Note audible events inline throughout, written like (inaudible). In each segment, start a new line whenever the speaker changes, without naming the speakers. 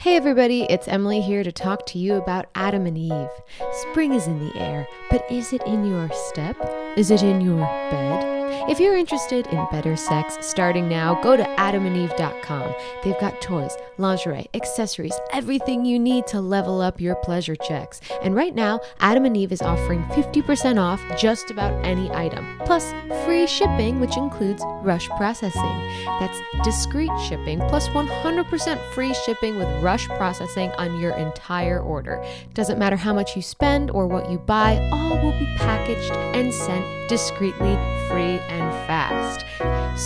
Hey everybody, it's Emily here to talk to you about Adam and Eve. Spring is in the air, but is it in your step? Is it in your bed? If you're interested in better sex starting now, go to adamandeve.com. They've got toys, lingerie, accessories, everything you need to level up your pleasure checks. And right now, Adam and Eve is offering 50% off just about any item, plus free shipping, which includes rush processing. That's discreet shipping plus 100% free shipping with rush processing on your entire order. Doesn't matter how much you spend or what you buy, all will be packaged and sent discreetly, free, and fast.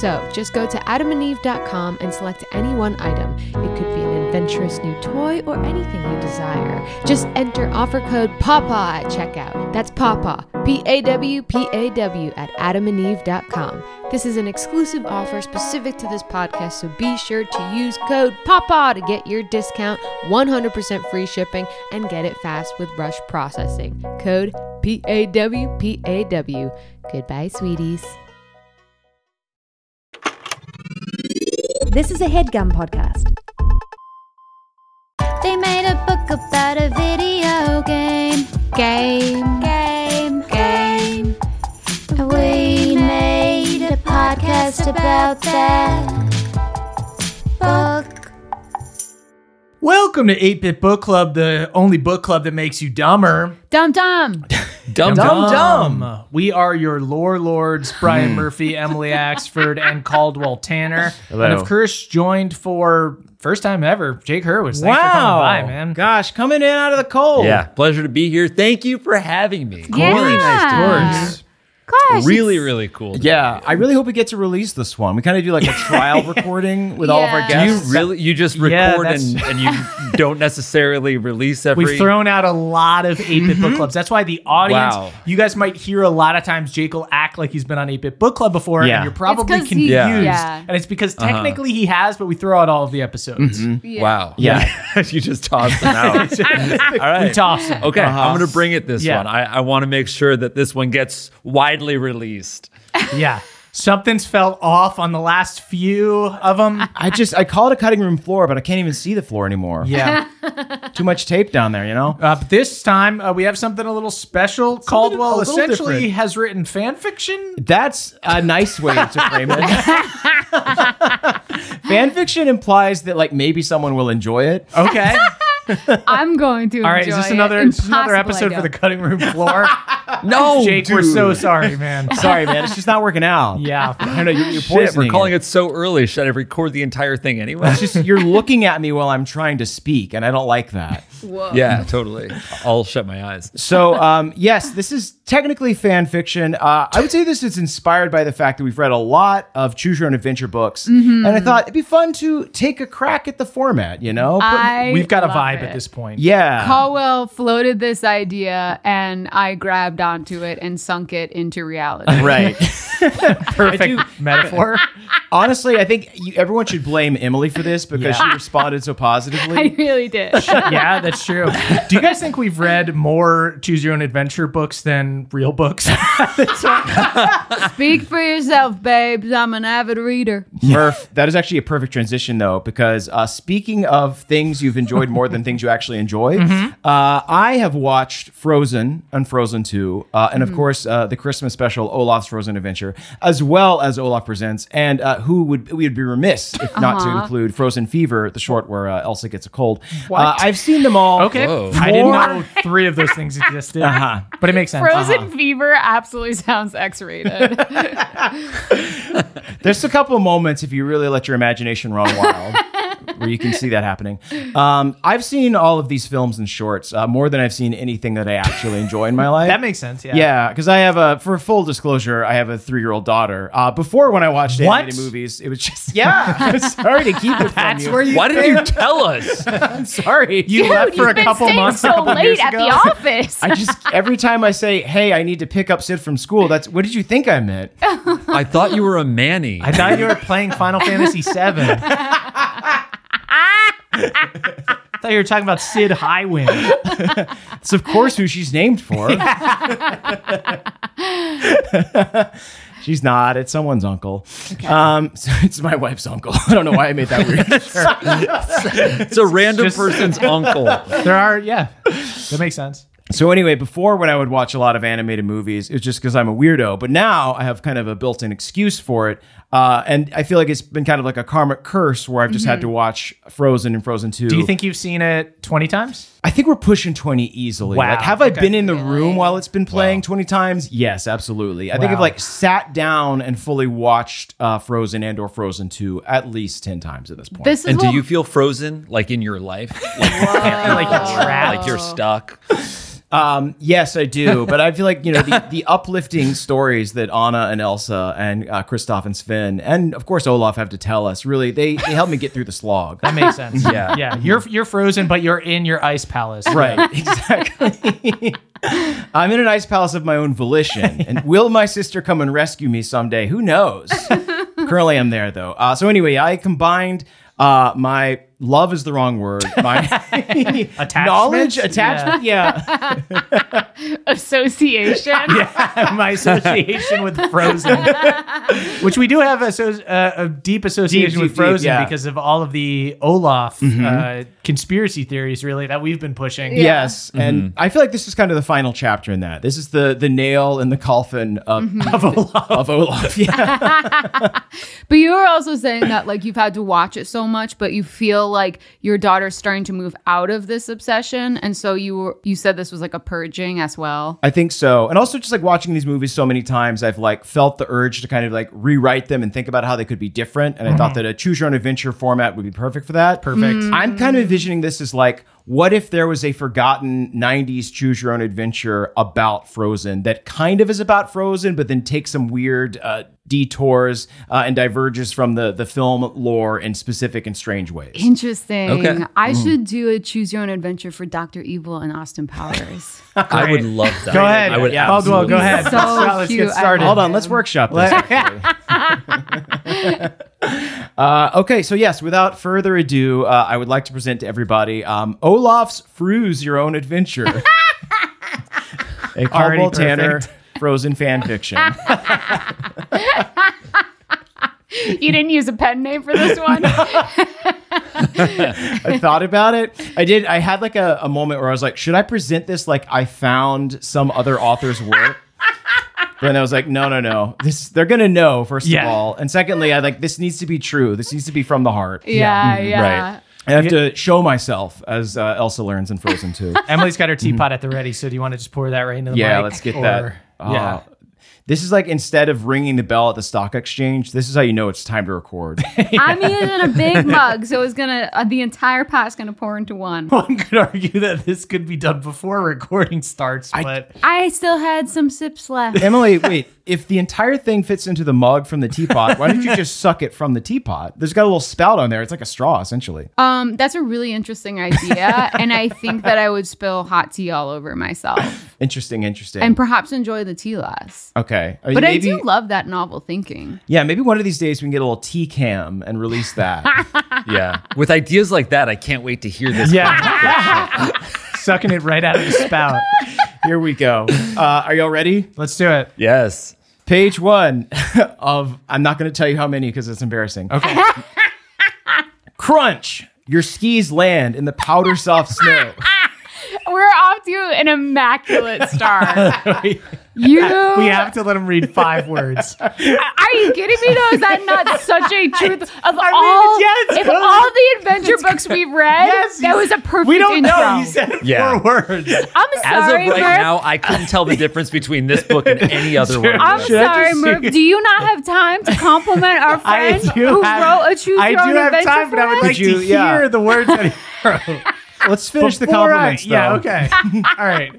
So just go to adamandeve.com and select any one item. It could be an adventurous new toy or anything you desire. Just enter offer code PAWPAW at checkout. That's PAWPAW, P A W P A W, at adamandeve.com. This is an exclusive offer specific to this podcast, so be sure to use code PAWPAW to get your discount, 100% free shipping, and get it fast with rush processing. Code P A W P A W. Goodbye, sweeties.
This is a headgum podcast.
They made a book about a video game.
Game.
Game. Game. We made a podcast about that book.
Welcome to 8 Bit Book Club, the only book club that makes you dumber.
Dum dum.
Dum dum dum.
We are your lore lords,
Hmm.
Brian Murphy, Emily Axford, and Caldwell Tanner.
Hello.
And of course, joined for first time ever, Jake Hurwitz. Thanks for
Wow.
coming by, man.
Gosh, coming in out of the cold.
Yeah, pleasure to be here. Thank you for having me.
Yeah.
Really nice
Words.
to meet you. Really, really cool. to be
Yeah, I really hope we get to release this one. We kind of do like a trial recording with all of our
Yeah.
here. You
guests.
really, you just
Yeah,
record
that's-
and,
(laughs)
and you don't necessarily release every.
We've
(laughs)
thrown out a lot of 8 bit
Mm-hmm.
book clubs. That's why the audience,
Wow.
you guys might hear a lot of times Jake will act like he's been on 8 bit book club before,
Yeah.
and you're probably
'cause
confused.
he-
Yeah.
yeah.
And it's because
Uh-huh.
technically he has, but we throw out all of the episodes.
Mm-hmm. Wow.
Yeah.
(laughs) you just tossed them
(laughs)
out. all
We
right.
toss
(laughs)
them.
Okay,
Uh-huh.
I'm going to bring it this
Yeah.
one. I, I want to make sure that this one gets widely released.
Yeah. Something's fell off on the last few of them.
I just I call it a cutting room floor, but I can't even see the floor anymore.
Yeah.
Too much tape down there, you know.
Uh, but this time uh, we have something a little special. Caldwell
a little
essentially
different.
has written fan fiction.
That's a nice way to
(laughs)
frame it. Fan fiction implies that like maybe someone will enjoy it.
Okay.
I'm going
(laughs)
to.
All right. Is this another, is this another episode for the cutting room floor?
No,
Jake, we're so
dude.
sorry, man.
Sorry, man, it's just not working out.
(laughs) Yeah.
I don't know. You're, you're
Shit, we're
poisoning
calling it so early. Should I record the entire thing anyway?
It's just you're looking at me while I'm trying to speak, and I don't like that.
(laughs) yeah, totally. I'll shut my eyes.
So, um, yes, this is technically fan fiction. Uh, I would say this is inspired by the fact that we've read a lot of choose your own adventure books,
Mm-hmm.
and I thought it'd be fun to take a crack at the format. You know, Put-
I
We've got a
love
vibe
it.
at this point.
yeah,
Caldwell floated this idea, and I grabbed onto it and sunk it
(laughs)
into reality.
right. (laughs)
Perfect metaphor.
Honestly, I think you, everyone should blame Emily for this because
Yeah.
she responded so
(laughs) I
positively.
(laughs)
really did.
(laughs) yeah, that's true. Do you guys think we've read more choose your own adventure books than real books? (laughs)
Speak for yourself, babes. I'm an avid reader.
(laughs)
Murph, that is actually a perfect transition though, because uh, speaking of things you've enjoyed more than things you actually enjoy,
Mm-hmm.
uh, I have watched Frozen and Frozen 2, uh, and
Mm-hmm.
of course uh, the Christmas special Olaf's Frozen Adventure, as well as Olaf Presents, and uh, who would we would be remiss if not
Uh-huh.
to include Frozen Fever, the short where uh, Elsa gets a cold. Uh, I've seen them all.
okay.
Whoa.
I didn't know three of those things existed. Uh-huh. But it makes sense. Uh-huh.
Frozen Fever absolutely sounds X-rated.
(laughs)
There's a couple of moments if you really let your imagination
(laughs)
run wild. Where you can see that happening. Um, I've seen all of these films and shorts uh, more than I've seen anything that I actually enjoy
(laughs)
in my life.
That makes sense. Yeah.
yeah, because I have a for full disclosure, I have a three year old daughter. Uh, before when I watched
What?
animated movies, it was just (laughs) yeah. sorry to keep it from
That's
you.
where you
Why didn't you tell us?
(laughs) I'm sorry.
you left for a
You've been
couple
staying
months, a
so
couple years
late at
ago.
the office.
I just every time I say, "Hey, I need to pick up Sid from school," that's what did you think I
(laughs)
meant?
I thought you were a Manny.
I thought you were playing Final Fantasy VII. I thought you were talking about Sid Highwind. (laughs)
That's of course who she's named for. (laughs) She's not. It's someone's uncle. Um, (laughs) so it's my wife's uncle. I don't know why I
(laughs)
made that weird.
It's a random
just-
person's uncle.
There are, yeah, that makes sense.
so anyway, before when I would watch a lot of animated movies, it was just because I'm a weirdo. But now I have kind of a built-in excuse for it, uh, and I feel like it's been kind of like a karmic curse where I've just had to watch Frozen and Frozen Two.
Mm-hmm. Do you think you've seen it 20 times?
I think we're pushing 20 easily.
Wow.
Like, have I been in the room while it's been playing 20 times? Yes, absolutely. I think I've
Wow.
like sat down and fully watched uh, Frozen and or Frozen 2 at least 10 times at this point.
This is
And do
what-
you feel frozen like in your life? Like, you can't-
Like you're trapped.
like you're stuck.
um, yes, I do. but I feel like, you know, the, the uplifting stories that Anna and Elsa and uh, Kristoff and Sven and of course Olaf have to tell us really, they, they help me get through the slog.
That makes
(laughs)
sense.
Yeah.
yeah. You're you're frozen, but you're in your ice palace.
Right, exactly. (laughs) I'm in an ice palace of my own volition. And will my sister come and rescue me someday? Who knows? Currently, I'm there, though. Uh, so, anyway, I combined uh, my love is the wrong word, my knowledge, attachment. Yeah.
(laughs)
association.
(laughs) my association with Frozen, (laughs) which we do have a, so- uh, a deep association
Deep, deep,
with Frozen
deep, yeah. Mm-hmm.
because of all of the Olaf uh, conspiracy theories, really, that we've been pushing.
(laughs) Yes, and I feel like this is kind of the final chapter in that. This is the the nail in the coffin of, of Olaf. Of Olaf, yeah.
But you were also saying that like you've had to watch it so much, but you feel like your daughter's starting to move out of this obsession, and so you were, you said this was like a purging as well.
I think so. And also just like watching these movies so many times, I've like felt the urge to kind of like rewrite them and think about how they could be different. And I thought that a choose your own adventure format would be perfect for that. Mm.
Perfect.
I'm kind of envisioning this as like, what if there was a forgotten 90s choose your own adventure about Frozen that kind of is about Frozen, but then takes some weird uh, detours uh, and diverges from the, the film lore in specific and strange ways?
Interesting.
Okay. Mm.
I should do a choose your own adventure for Dr. Evil and Austin Powers.
I would love that.
Go ahead.
I would
Yeah. Caldwell, go
absolutely-
ahead.
So
let's, let's
cute.
get started.
I
Hold on, let's workshop this. actually.
(laughs)
uh, okay, so yes, without further ado, uh, I would like to present to everybody um, Olaf's Fruze Your
(laughs)
Own Adventure. a Caldwell
perfect.
Tanner Frozen fan fiction.
(laughs)
(laughs) you didn't use a pen name for this (laughs) one?
I (laughs) thought about it. I did. I had like a, a moment where I was like, should I present this like I found some other author's work? (laughs) Then I was like, no, no, no. This they're gonna know first
Yeah.
of all, and secondly, I like this needs to be true. This needs to be from the heart.
yeah, yeah.
Mm, Right.
I have to show myself as uh, Elsa learns in Frozen
(laughs)
2.
Emily's got her teapot at the ready, so do you want to just pour that right into the mic?
Mm-hmm. yeah, let's get that. Ah.
Or-
yeah.
yeah.
This is like instead of ringing the bell at the stock exchange, this is how you know it's time to record.
I'm eating in a big (laughs) mug, so it's gonna uh, the entire pot's gonna pour into one.
One could argue that this could be done before recording starts, but
I still had some sips left.
Emily, wait, if the entire thing fits into the mug from the teapot, why don't you just suck it from the teapot? There's got a little spout on there. It's like a straw, essentially.
Um, that's a really interesting idea, and I think that I would spill hot tea all over myself,
Interesting, interesting.
and perhaps enjoy the tea less.
okay. I mean,
But
maybe-
I do love that novel thinking.
Yeah, maybe one of these days we can get a little tea cam and release
(laughs)
that.
Yeah. With ideas like that, I can't wait to hear this.
yeah. Sucking it right out of the spout.
Here we go. Uh, are y'all ready?
Let's do it.
Yes.
Page one (laughs) of I'm not going to tell you how many because it's embarrassing. Okay.
(laughs)
Crunch. Your skis land in the powder soft
(laughs)
snow.
We're off to
(laughs)
an immaculate start. you
We have to let him read five (laughs) words.
Are you kidding me? Though is that not such a truth of
(laughs)
all?
yeah, it's
if
good.
all the adventure books we've read, that was a perfect
We don't
intro.
know. You said
Yeah.
four words.
I'm
As
sorry,
of right
Murph.
now, I couldn't tell the difference between this book and any other one.
I'm
Should I
sorry,
just
Murph.
see-
Do you not have time to compliment our
(laughs) I
friend
do
who
have-
wrote a choose
I
your own
do have
adventure
time, but I would
for us?
like
Could you-
to
yeah.
hear the words that (laughs) he wrote.
Let's finish the
Before I-
compliments. though.
yeah, okay. (laughs) All right.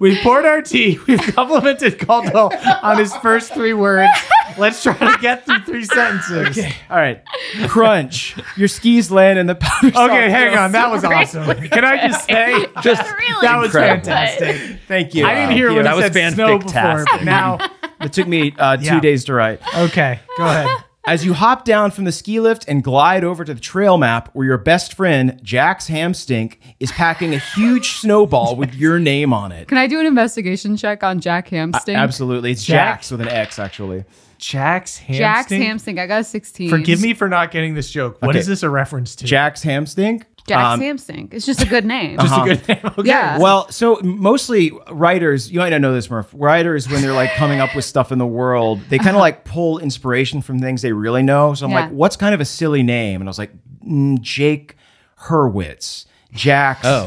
We've poured our tea. (laughs) We've complimented Caldwell on his first three words. Let's try to get through three sentences. Okay,
All right. Crunch. Your skis land in the powder. soft
hang
snow.
on. That was awesome. Can I just say
just
that was
Incredible.
fantastic?
Thank you.
I didn't hear when
that
he
was
said snow before.
fantastic.
but Now,
It took me uh, two
Yeah.
days to write.
okay, go ahead.
As you hop down from the ski lift and glide over to the trail map, where your best friend Jack's Hamstink is packing a huge snowball with your name on it.
Can I do an investigation check on Jack Hamsting?
Absolutely. It's
Jack.
Jack's with an X, actually.
Jack's hamstink.
Jack's hamstring. I got a 16.
Forgive me for not getting this joke. What is
Okay.
this a reference to?
Jack's hamstink.
Jack's
Um,
hamstring. It's just a good name.
Just a good name. (laughs) Okay.
(laughs) Yeah.
Well, so mostly writers, you might not know this, Murph. Writers, when they're like coming up with stuff in the world, they kind of like pull inspiration from things they really know. So I'm
Yeah.
like, what's kind of a silly name? And I was like, mm, Jake Hurwitz, Jack
Oh.
(laughs)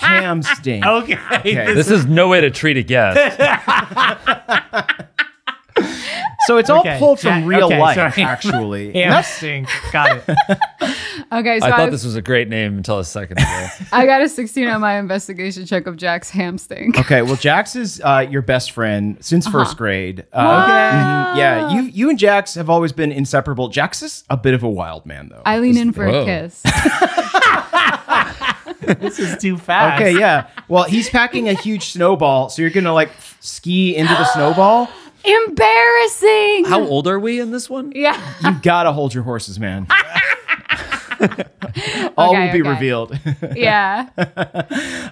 Hamstink.
Okay.
Okay.
This is no way to treat a guest.
So it's all
Okay,
pulled from
Jack-
real
okay,
life,
sorry. (laughs)
actually.
Hamstink. Got it.
okay, so
I
I,
thought this was a great name until a second ago.
I got a 16 on my investigation check of Jack's hamstring.
Okay, well, Jax is uh, your best friend since first grade. Uh, mhm, Yeah, you you and Jax have always been inseparable. Jax is a bit of a wild man, though.
I lean in for a
Whoa.
kiss. (laughs)
This is too fast.
Okay, yeah. Well, he's packing a huge snowball, so you're gonna like ski into the snowball.
Embarrassing.
(laughs) How old are we in this one?
(laughs)
yeah.
(gasps)
You gotta hold your horses, man. All
Okay,
will be
okay.
revealed.
Yeah.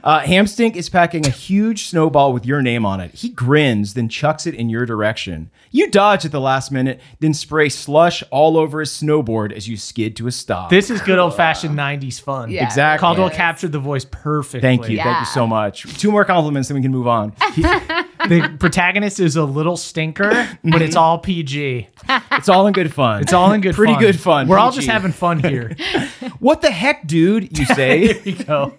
Uh, Hamstink is packing a huge snowball with your name on it. He grins, then chucks it in your direction. You dodge at the last minute, then spray slush all over his snowboard as you skid to a stop.
This is good old fashioned 90s fun.
Yeah.
exactly.
Caldwell captured the voice perfectly.
Thank you. Thank
Yeah.
you so much. Two more compliments, then we can move on.
The protagonist is a little stinker, but it's all PG.
It's all in good fun.
It's all in good
Pretty
fun.
good fun.
We're all
PG.
just having fun
(laughs)
here.
What the heck, dude?
(laughs)
You say.
You know?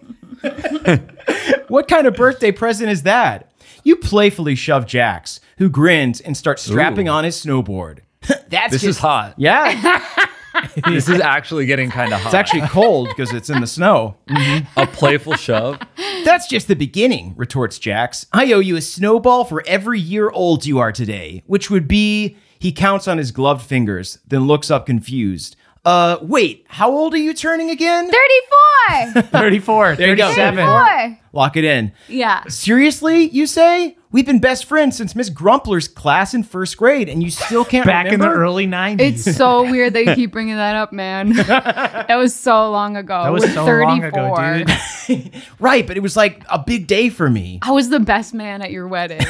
What kind of birthday present is that? You playfully shove Jax, who grins and starts strapping
Ooh.
on his snowboard. (laughs) That's
This
good-
is hot.
Yeah,
(laughs) (laughs) This is actually getting kind of hot.
it's actually cold because it's in the snow.
a playful shove.
That's just the beginning, retorts Jax. I owe you a snowball for every year old you are today, which would be. He counts on his gloved fingers, then looks up confused. Uh, wait, how old are you turning again?
(laughs)
34.
34,
you go.
37.
Boy.
Lock it in.
(laughs)
Yeah.
Seriously, you say? We've been best friends since Miss Grumpler's class in first grade, and you still can't
Back in the
remember?
early 90s.
It's so weird that you keep bringing that
(laughs)
up, man. that was so long ago.
that was
We're
so long ago,
34.
dude.
Right, but it was like a big day for me.
I was the best man at
(laughs)
your wedding.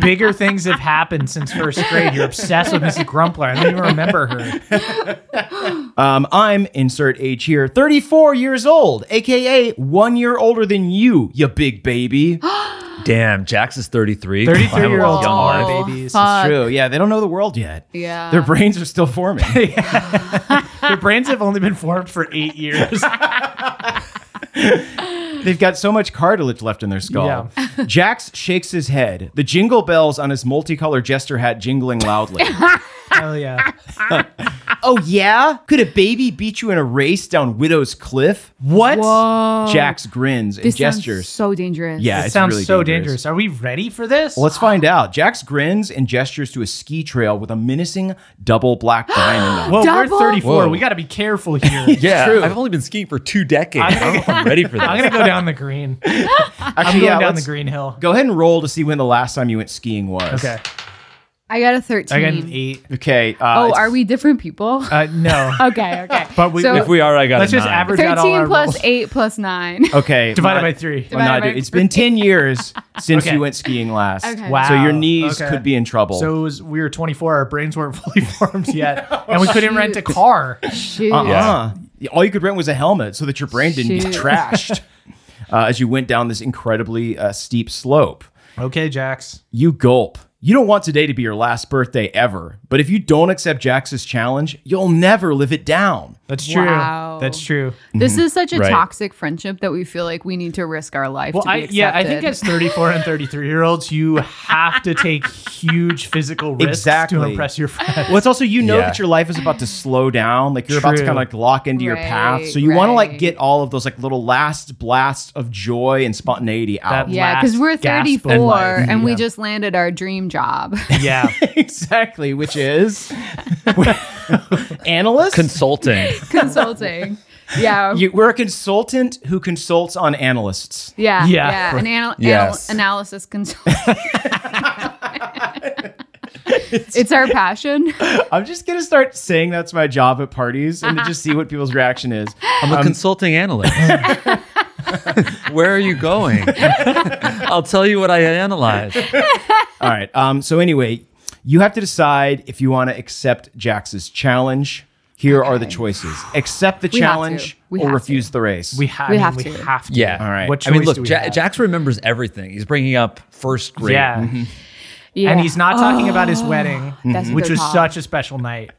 Bigger things have happened since first grade. You're obsessed with Mrs. Grumpler. I don't even remember her.
Um, I'm insert age here, 34 years old, aka one year older than you, you
(gasps)
big baby.
Damn, Jax is 33.
33 year
Wow,
olds
young
are
life.
babies.
Oh, Fuck.
True, yeah, they don't know the world yet.
Yeah.
Their brains are
(laughs)
still forming.
Their brains have only been formed for eight years.
They've got so much cartilage left in their skull. (laughs) Jax shakes his head, the jingle bells on his multicolored jester hat
(laughs)
jingling loudly.
(laughs) Hell yeah.
oh, yeah? Could a baby beat you in a race down Widow's Cliff? What?
Um,
Jax grins and
This sounds
gestures.
so dangerous.
yeah,
It
it's
sounds
really
so dangerous. Are we ready for this?
Let's find out. Jax grins and gestures to a ski trail with a menacing
(gasps)
double black diamond. on it.
Whoa,
Double?
we're 34.
Whoa.
We got to be careful here.
Yeah,
True.
I've only been skiing for two decades. I don't know if I'm ready for
I'm
that.
going to go down the green. I'm
Actually,
going
yeah,
down the
let's-
green (laughs) hill.
Go ahead and roll to see when the last time you went skiing was.
Okay.
I got a 13.
I got an eight.
Okay. Uh,
oh,
it's-
are we different people?
Uh, no.
(laughs) okay, okay.
But we-
If we are, I got
Let's
a
just
nine.
average out all
13
our
plus
rolls.
8 plus 9.
(laughs)
Okay.
Divided
my- Oh,
by three.
I'm not
Divided by
doing- It's been
(laughs)
ten years since
Okay.
you went skiing last.
Okay.
Wow.
So your knees
Okay.
could be in trouble.
So it was, we were 24. Our brains weren't (laughs) fully formed yet. (laughs) and we couldn't rent a car.
Shoot.
uh-uh. All you could rent was a helmet, so that your brain didn't
Shoot.
(laughs)
get trashed uh, as you went down this incredibly uh, steep slope.
Okay, Jax.
You gulp. You don't want today to be your last birthday ever, but if you don't accept Jax's challenge, you'll never live it down.
That's true.
Wow.
That's true.
This is such a
Right.
toxic friendship that we feel like we need to risk our life
Well,
to be
I, yeah, I think as
accepted.
34
(laughs)
and 33 year olds, you have to take huge physical risks to
Exactly.
impress your friends. (laughs)
Well, it's also you know
Yeah.
that your life is about to slow down, like you're about to
True.
kind of like lock into your
Right,
path. So you want to like
right.
get all of those like little last blasts of joy and spontaneity out.
That-
yeah, because
last
we're
gasp of
34
life.
and we
Yeah.
just landed our dream job. (laughs)
Yeah.
(laughs) exactly, which is (laughs) analyst.
Consulting.
Consulting. Yeah.
You- we're a consultant who consults on analysts.
yeah.
Yeah.
Yeah. An anal-
Yes.
anal- analysis consultant. it's our passion.
I'm just gonna start saying that's my job at parties and to just see what people's reaction is.
I'm
Um,
a
(laughs)
consulting analyst. Where are you going? I'll tell you what I analyze.
All right. Um, so anyway, You have to decide if you want to accept Jax's challenge. Here are the choices: accept the
have to.
challenge
We
or
have
refuse
to.
the race.
We, ha- I
We
mean,
have
we
to.
have to.
Yeah.
All right.
What
I mean,
choice
look,
do we
Ja-
have?
Jax remembers everything. He's bringing up first grade.
Yeah.
Yeah. Oh.
And he's not talking about his wedding,
Mm-hmm.
That's a
which
good
was
call.
such a special night.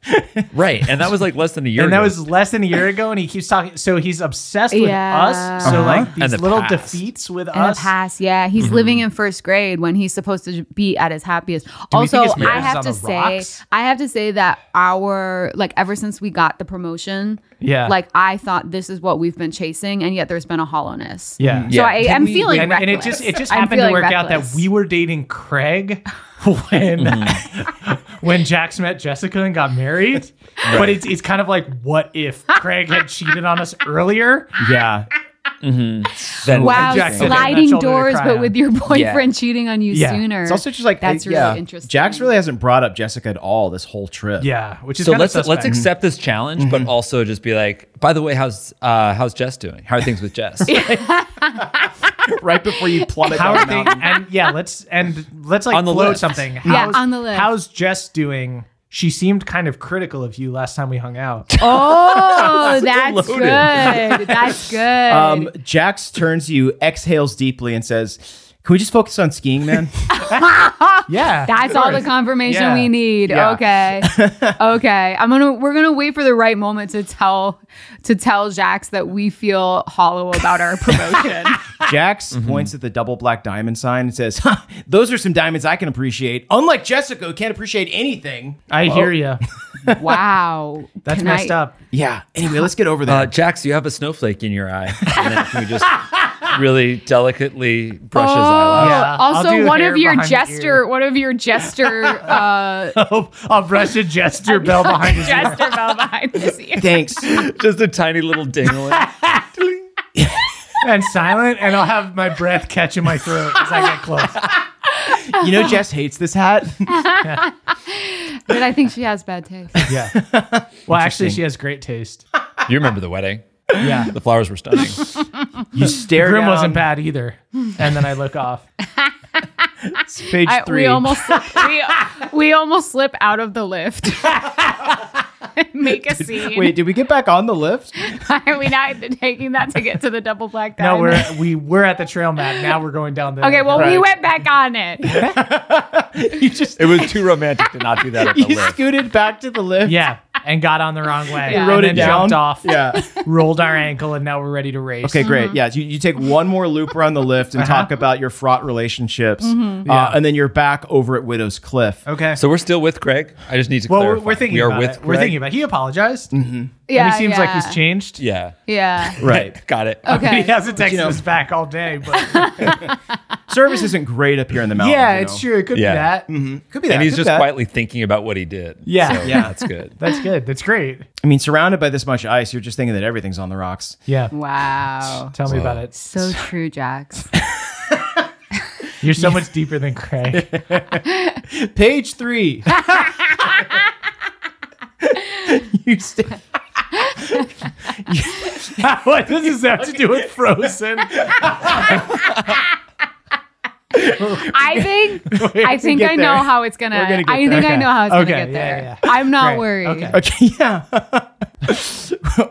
Right. And that was like less than a year
and
ago.
that was less than a year ago, and he keeps talking. So he's obsessed with
Yeah.
us. So
Uh-huh.
like
And
these
the
little
past.
defeats with
In the
us. Mm-hmm.
past, yeah, he's living in first grade when he's supposed to be at his happiest.
we
also,
think his marriage
I
is
have
on
to
the
say,
rocks?
I have to say that our like ever since we got the promotion,
Yeah.
like I thought this is what we've been chasing, and yet there's been a hollowness.
Yeah.
So
Yeah.
I,
Can
I'm
we-
feeling
and, and
reckless.
it just it just
I'm
happened to
feeling
work out that
reckless.
we were dating Craig (laughs) when
Mm-hmm.
(laughs) when Jax met Jessica and got married. But it's it's kind of like what if Craig had cheated on us earlier?
yeah.
Then-
wow
Jackson. That's
sliding
all they were
doors,
crying
but
on.
with your boyfriend cheating on you
Yeah.
sooner.
It's also just like
that's
uh,
really
yeah,
interesting.
Jax really hasn't brought up Jessica at all this whole trip.
Yeah, which is
So
kind
let's
of
let's
suspect.
accept this challenge, but also just be like, by the way, how's uh, how's Jess doing? How are things
(laughs)
with Jess?
right before you plummet
How
down
are
the
they?
mountain.
And yeah, let's and let's like
On the
float
list.
something.
Yeah,
How's,
on the list.
How's Jess doing? She seemed kind of critical of you last time we hung
(laughs)
out. (laughs)
oh, that's
loaded.
good. That's good.
Um, Jax turns to you, exhales deeply, and says, "Can we just focus on
(laughs)
skiing, man?"
yeah,
That's all the confirmation
Yeah.
we need.
Yeah.
(laughs)
Okay. okay. I'm gonna we're gonna wait for the right moment to tell to tell Jax that we feel hollow about our
(laughs)
promotion.
Jax
Mm-hmm.
points at the double black diamond sign and says, huh, "Those are some diamonds I can appreciate. Unlike Jessica, who can't appreciate anything."
I
Oh.
hear you.
wow.
That's
Can
messed
I-
up. (laughs)
Yeah. Anyway, let's get over
Uh,
that.
Jax, you have a snowflake in your eye. And then can we just really delicately brush his eyelash?
Yeah, I'll
Oh, also
do
one
hair
of your
behind the
jester
ear.
one of your
(laughs)
jester uh
I'll, I'll brush a
(laughs)
gesture bell behind his ear.
jester bell behind his ear.
Thanks.
Oh.
(laughs) Just a tiny little dingling.
and silent, and I'll have my breath catch in my throat as I get close.
You know, Jess hates
(laughs)
this hat.
But I think she has bad taste.
Yeah. (laughs) Well, actually, she has great taste.
you remember the wedding?
Yeah.
The flowers were stunning.
You stare.
Grim
down-
wasn't bad either. um, And then I look off.
It's Page
I,
three.
we
(laughs)
almost we, we almost slip out of the lift. Make a scene.
Wait, did we get back on the
(laughs)
lift?
Are we not taking that to get to the double black
No,
diamond?
we're we were at the trail map. Now we're going down the.
Okay, well, we
Right.
went back on
(laughs)
it.
You just
It was too romantic to not do that
(laughs)
at the
you
lift.
scooted back to the lift.
Yeah, and got on the wrong way.
Yeah.
and
Rode
then
it down.
Jumped off. (laughs)
Yeah.
Rolled our ankle, and now we're ready to race.
Okay,
Mm-hmm.
great. Yeah, you, you take one more loop around the lift
Uh-huh.
and talk about your fraught relationships,
Mm-hmm.
uh, and then you're back over at Widow's Cliff.
Okay.
So we're still with Craig. I just need to
well, we're,
clarify.
we're thinking.
we are
about
with.
it. We're
Craig?
thinking about. It. He apologized.
Yeah,
and he seems like
yeah.
he's changed.
Yeah.
(laughs)
Yeah.
Right.
Got it.
He
Okay.
hasn't texted
you know-
us back all day, but
Service isn't great up here in the mountains.
yeah,
you
it's
know? Mm.
true. It could
Yeah.
be that.
Could be that.
Mm-hmm. And he's
could be
just
that.
quietly thinking about what he did.
Yeah.
So
Yeah.
That's good.
That's good. That's great.
I mean, surrounded by this much ice, you're just thinking that everything's on the rocks.
Yeah.
Wow.
Tell me about it.
So
(laughs)
true, Jax.
You're so much deeper than Craig.
Page
(laughs)
three. (laughs) you st-
(laughs) what does this have to do with Frozen?
I think I think
get
I know
there.
how it's gonna.
gonna get
I think
there.
I know how it's
Okay.
gonna get
Yeah,
there.
yeah,
I'm not
Great.
worried.
Okay.
okay, (laughs) yeah.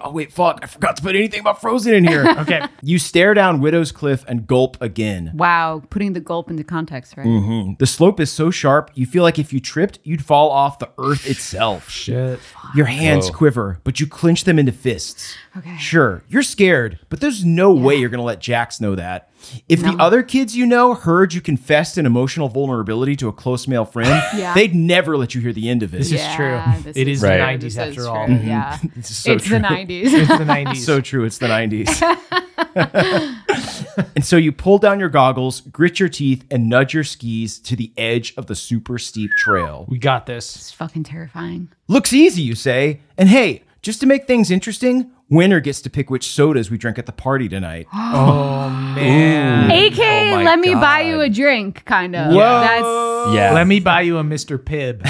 oh wait, fuck! I forgot to put anything about Frozen in here.
Okay.
You stare down Widow's Cliff and gulp again.
Wow, putting the gulp into context, right?
Mm-hmm.
The slope is so sharp, you feel like if you tripped, you'd fall off the earth itself.
Shit.
Your hands
Whoa.
quiver, but you clench them into fists.
Okay.
Sure, you're scared, but there's no way you're going to let Jax know that. If the other kids you know heard you confessed an emotional vulnerability to a close male friend,
Yeah.
they'd never let you hear the end of it.
This
Yeah,
is true.
this
it
is
is
Right.
the
true.
90s
This
after
is
all.
true,
(laughs)
Yeah.
This is so
it's
true.
the (laughs) 90s.
It's the 90s.
so true. It's the 90s. (laughs) and so you pull down your goggles, grit your teeth, and nudge your skis to the edge of the super steep trail.
we got this.
it's fucking terrifying.
Looks easy, you say. And hey, just to make things interesting, winner gets to pick which sodas we drink at the party tonight.
AK,
my
let me buy
God.
you a drink, kind of.
Whoa.
That's
Yeah.
Let me buy you a Mr. Pibb.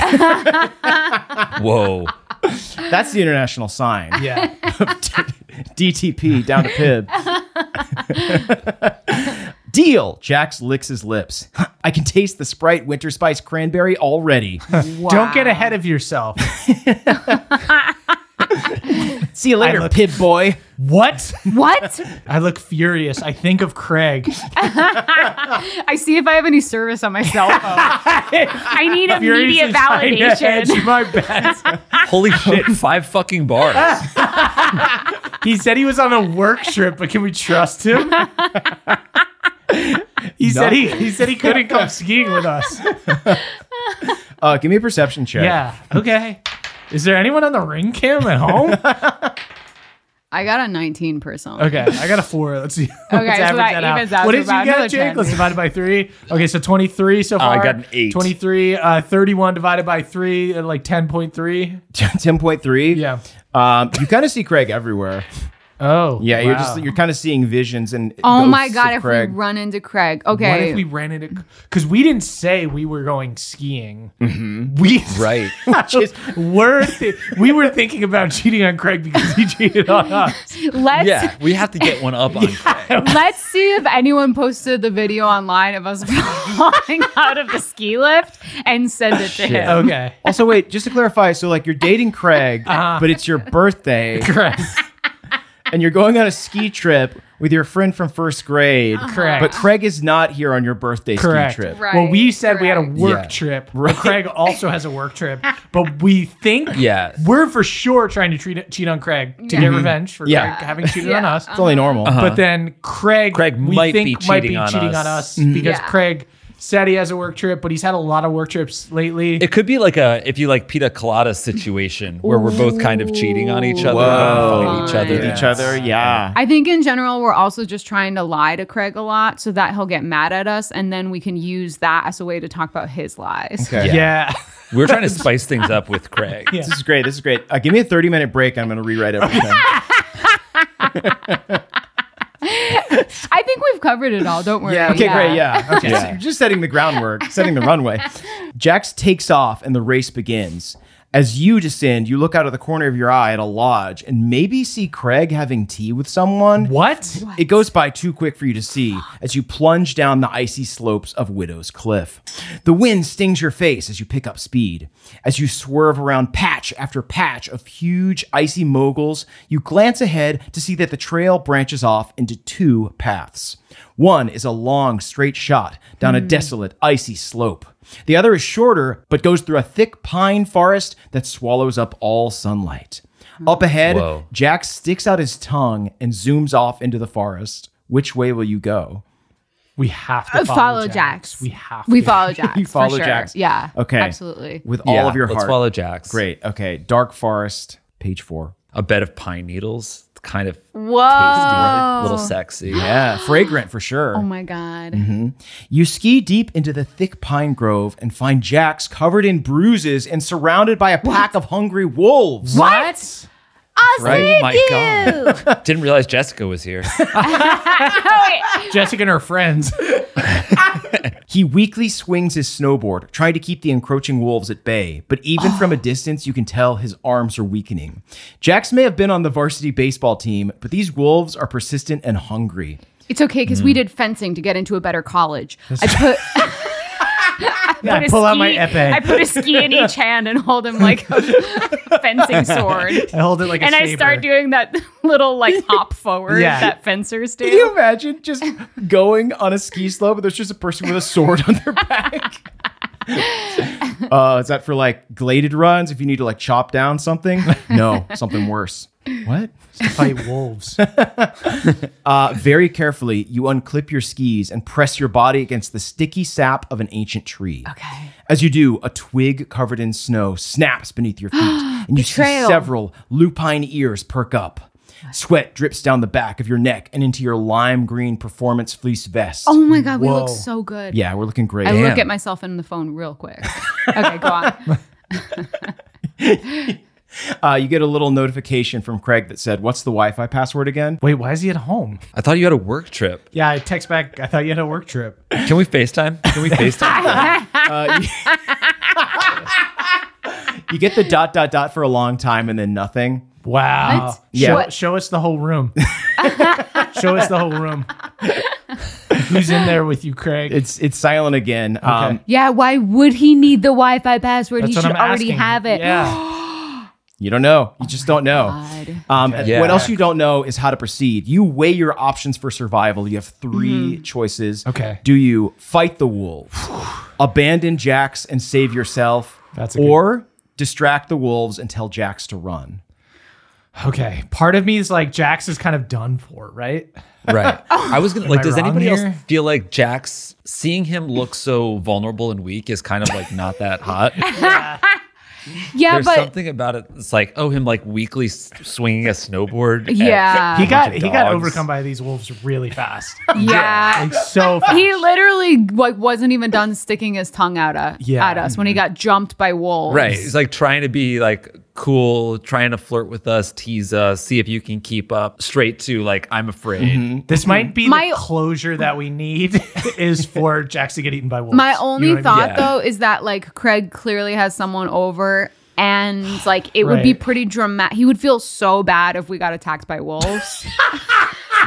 (laughs)
Whoa.
That's the international sign.
(laughs)
(laughs)
Yeah.
DTP down to PIB. (laughs) Deal. Jax licks his lips. (laughs) I can taste the Sprite Winter Spice Cranberry already.
Don't get ahead of yourself.
See you later,
look-
Pib Boy.
what?
What?
I look furious. I think of
(laughs)
Craig.
I see if I have any service on my
(laughs)
cell phone. I need
Furiously
immediate
trying to
validation.
hedge my bets.
Holy shit, five fucking bars.
He said he was on a work trip, but can we trust
(laughs)
him? he said he he said he couldn't come skiing with us.
Uh, give me a perception check. (laughs)
Yeah. Okay. Is there anyone on the ring cam at home?
I got a 19 personally.
Okay, I got a four. Let's see. Okay,
so that evens out
What
to
did you
about another
get, Jake?
10.
Let's divide it by three. Okay, so 23 so far.
I got an eight.
23, uh, 31 divided by three, uh, like 10.3.
10.3.
Yeah.
Um, you kind of see Craig everywhere.
Oh.
Yeah, you're
wow.
just you're kind of seeing visions and
Oh my
ghosts
god!
of
If
Craig. (laughs)
we run into Craig, okay.
What if we ran into. Because we didn't say we were going skiing. We.
Right.
Just were thi- we were thinking about cheating on Craig because he cheated on
(laughs)
us.
Let's
Yeah, we have to get one up on.
(laughs) let's see if anyone posted the video online of us (laughs) falling out of the ski lift and send it to him.
Okay.
also, wait, just to clarify, so like you're
(laughs)
dating Craig, but it's your birthday,
Uh-huh. Correct.
(laughs) and you're going on a ski trip with your friend from first grade.
Uh-huh. Correct.
But Craig is not here on your birthday
Correct.
ski trip.
Right,
Well, we said we had a
correct.
work
Yeah.
trip. But Craig also has a work trip, but we
(laughs)
think
Yeah.
we're for sure trying to treat, cheat on Craig to get revenge for
Yeah.
Craig having cheated on
Yeah. Uh-huh.
us.
It's only normal.
But then Craig,
Craig
we
might
think
be
might be
cheating on
cheating
us.
on us because
Yeah.
Craig said he has a work trip, but he's had a lot of work trips lately.
It could be like a if you like pita colada situation where we're both kind of cheating on each other,
Whoa.
and fucking each other.
With each other, yeah.
I think in general we're also just trying to lie to Craig a lot so that he'll get mad at us, and then we can use that as a way to talk about his lies.
Okay.
yeah.
We're trying to spice things up with Craig.
Yeah.
This is great. This is great. Uh, give me a 30 minute break. I'm going to rewrite everything.
(laughs) I think we've covered it all. Don't worry.
okay, great. Yeah. Okay. So you're just setting the groundwork, setting the runway. Jax takes off and the race begins. As you descend, you look out of the corner of your eye at a lodge and maybe see Craig having tea with someone.
What?
It goes by too quick for you to see as you plunge down the icy slopes of Widow's Cliff. The wind stings your face as you pick up speed. As you swerve around patch after patch of huge icy moguls, you glance ahead to see that the trail branches off into two paths. One is a long, straight shot down a desolate, icy slope. The other is shorter, but goes through a thick pine forest that swallows up all sunlight. Up ahead,
Whoa.
Jack sticks out his tongue and zooms off into the forest. Which way will you go?
We have to
Uh,
follow,
follow
Jax.
Jax.
We have
We
to.
follow
(laughs)
Jax.
You follow
for sure.
Jax.
Yeah.
Okay.
Absolutely.
With all
Yeah,
of your
let's
heart.
follow Jax.
Great. Okay. Dark forest, page four.
A bed of pine needles, kind of tasty,
Whoa.
a little sexy.
Yeah, fragrant for sure.
Oh my god.
You ski deep into the thick pine grove and find Jax covered in bruises and surrounded by a pack of hungry wolves.
What?
Right? Oh My God. (laughs) Didn't realize Jessica was here.
Jessica and her friends.
He weakly swings his snowboard, trying to keep the encroaching wolves at bay, but even from
(sighs)
a distance, you can tell his arms are weakening. Jax may have been on the varsity baseball team, but these wolves are persistent and hungry.
It's okay because
Mm.
we did fencing to get into a
(laughs)
better college. I put. (laughs) I put
Yeah,
a
pull out my
ski-
epee.
I put a ski in
(laughs)
each hand and hold him like a fencing sword.
I hold it like a
and I
saber.
start doing that (laughs) little like
(laughs)
hop forward
Yeah.
that fencers do.
Can you imagine just going on a ski slope and there's just a person with a sword on their back? (laughs) uh, is that for like gladed runs if you need to like chop down something? (laughs) No, something worse. What?
fight wolves.
Uh, very carefully, you unclip your skis and press your body against the sticky sap of an ancient tree.
Okay.
As you do, a twig covered in snow snaps beneath
(gasps)
your feet, and you see
Betrayal.
several lupine ears perk up. Sweat drips down the back of your neck and into your lime green performance fleece vest.
Oh my god, we look
Whoa.
so good.
Yeah, we're looking great.
I look
Damn.
at myself in the phone real
(laughs)
quick. Okay, go on.
Uh, you get a little notification from Craig that said, "What's the Wi-Fi password again?"
(laughs) Wait, why is he at home?
I thought you had a work trip.
Yeah, I text back. I thought you had a work trip.
Can we FaceTime? Can we FaceTime?
(laughs)
You get the dot dot dot for a long time and then nothing.
Wow.
What?
Yeah.
What?
(laughs)
Show, show us the whole room. show us the whole room. Who's in there with you, Craig?
It's it's silent again. Um,
Yeah, why would he need the Wi-Fi password?
That's
he
what
should
I'm
already
asking.
have it.
Yeah.
(gasps)
you don't know. You just don't know.
God.
Um, and
Yeah.
What else you don't know is how to proceed. You weigh your options for survival. You have 3
Mm-hmm.
choices.
Okay.
Do you fight the wolves, abandon Jax and save yourself,
That's a good-
or distract the wolves and tell Jax to run?
Okay. Part of me is like Jax is kind of done for, right?
Uh, (laughs)
Right.
Oh.
I was gonna like.
I
Does
wrong
anybody
here?
else feel like Jax? Seeing him look so vulnerable and weak is kind of like not that hot.
(laughs) Yeah,
There's
but
something about it. It's like oh, him like weakly s- swinging a snowboard. at-
yeah,
He got
of
he got
dogs.
overcome by these wolves really fast.
(laughs) yeah.
like so fast.
He literally like wasn't even done sticking his tongue out at,
Yeah. Mm-hmm.
at us when he got jumped by
(laughs)
wolves.
Right. He's like trying to be like cool, trying to flirt with us, tease us, see if you can keep up. Straight to like I'm afraid.
This might be
My-
the closure that we need (laughs) is for Jax to get eaten by wolves.
My
You know
only
what I mean?
thought
Yeah.
though is that like Craig clearly has someone over and like it would be
Right.
pretty dramatic. He would feel so bad if we got attacked
(laughs)
by wolves.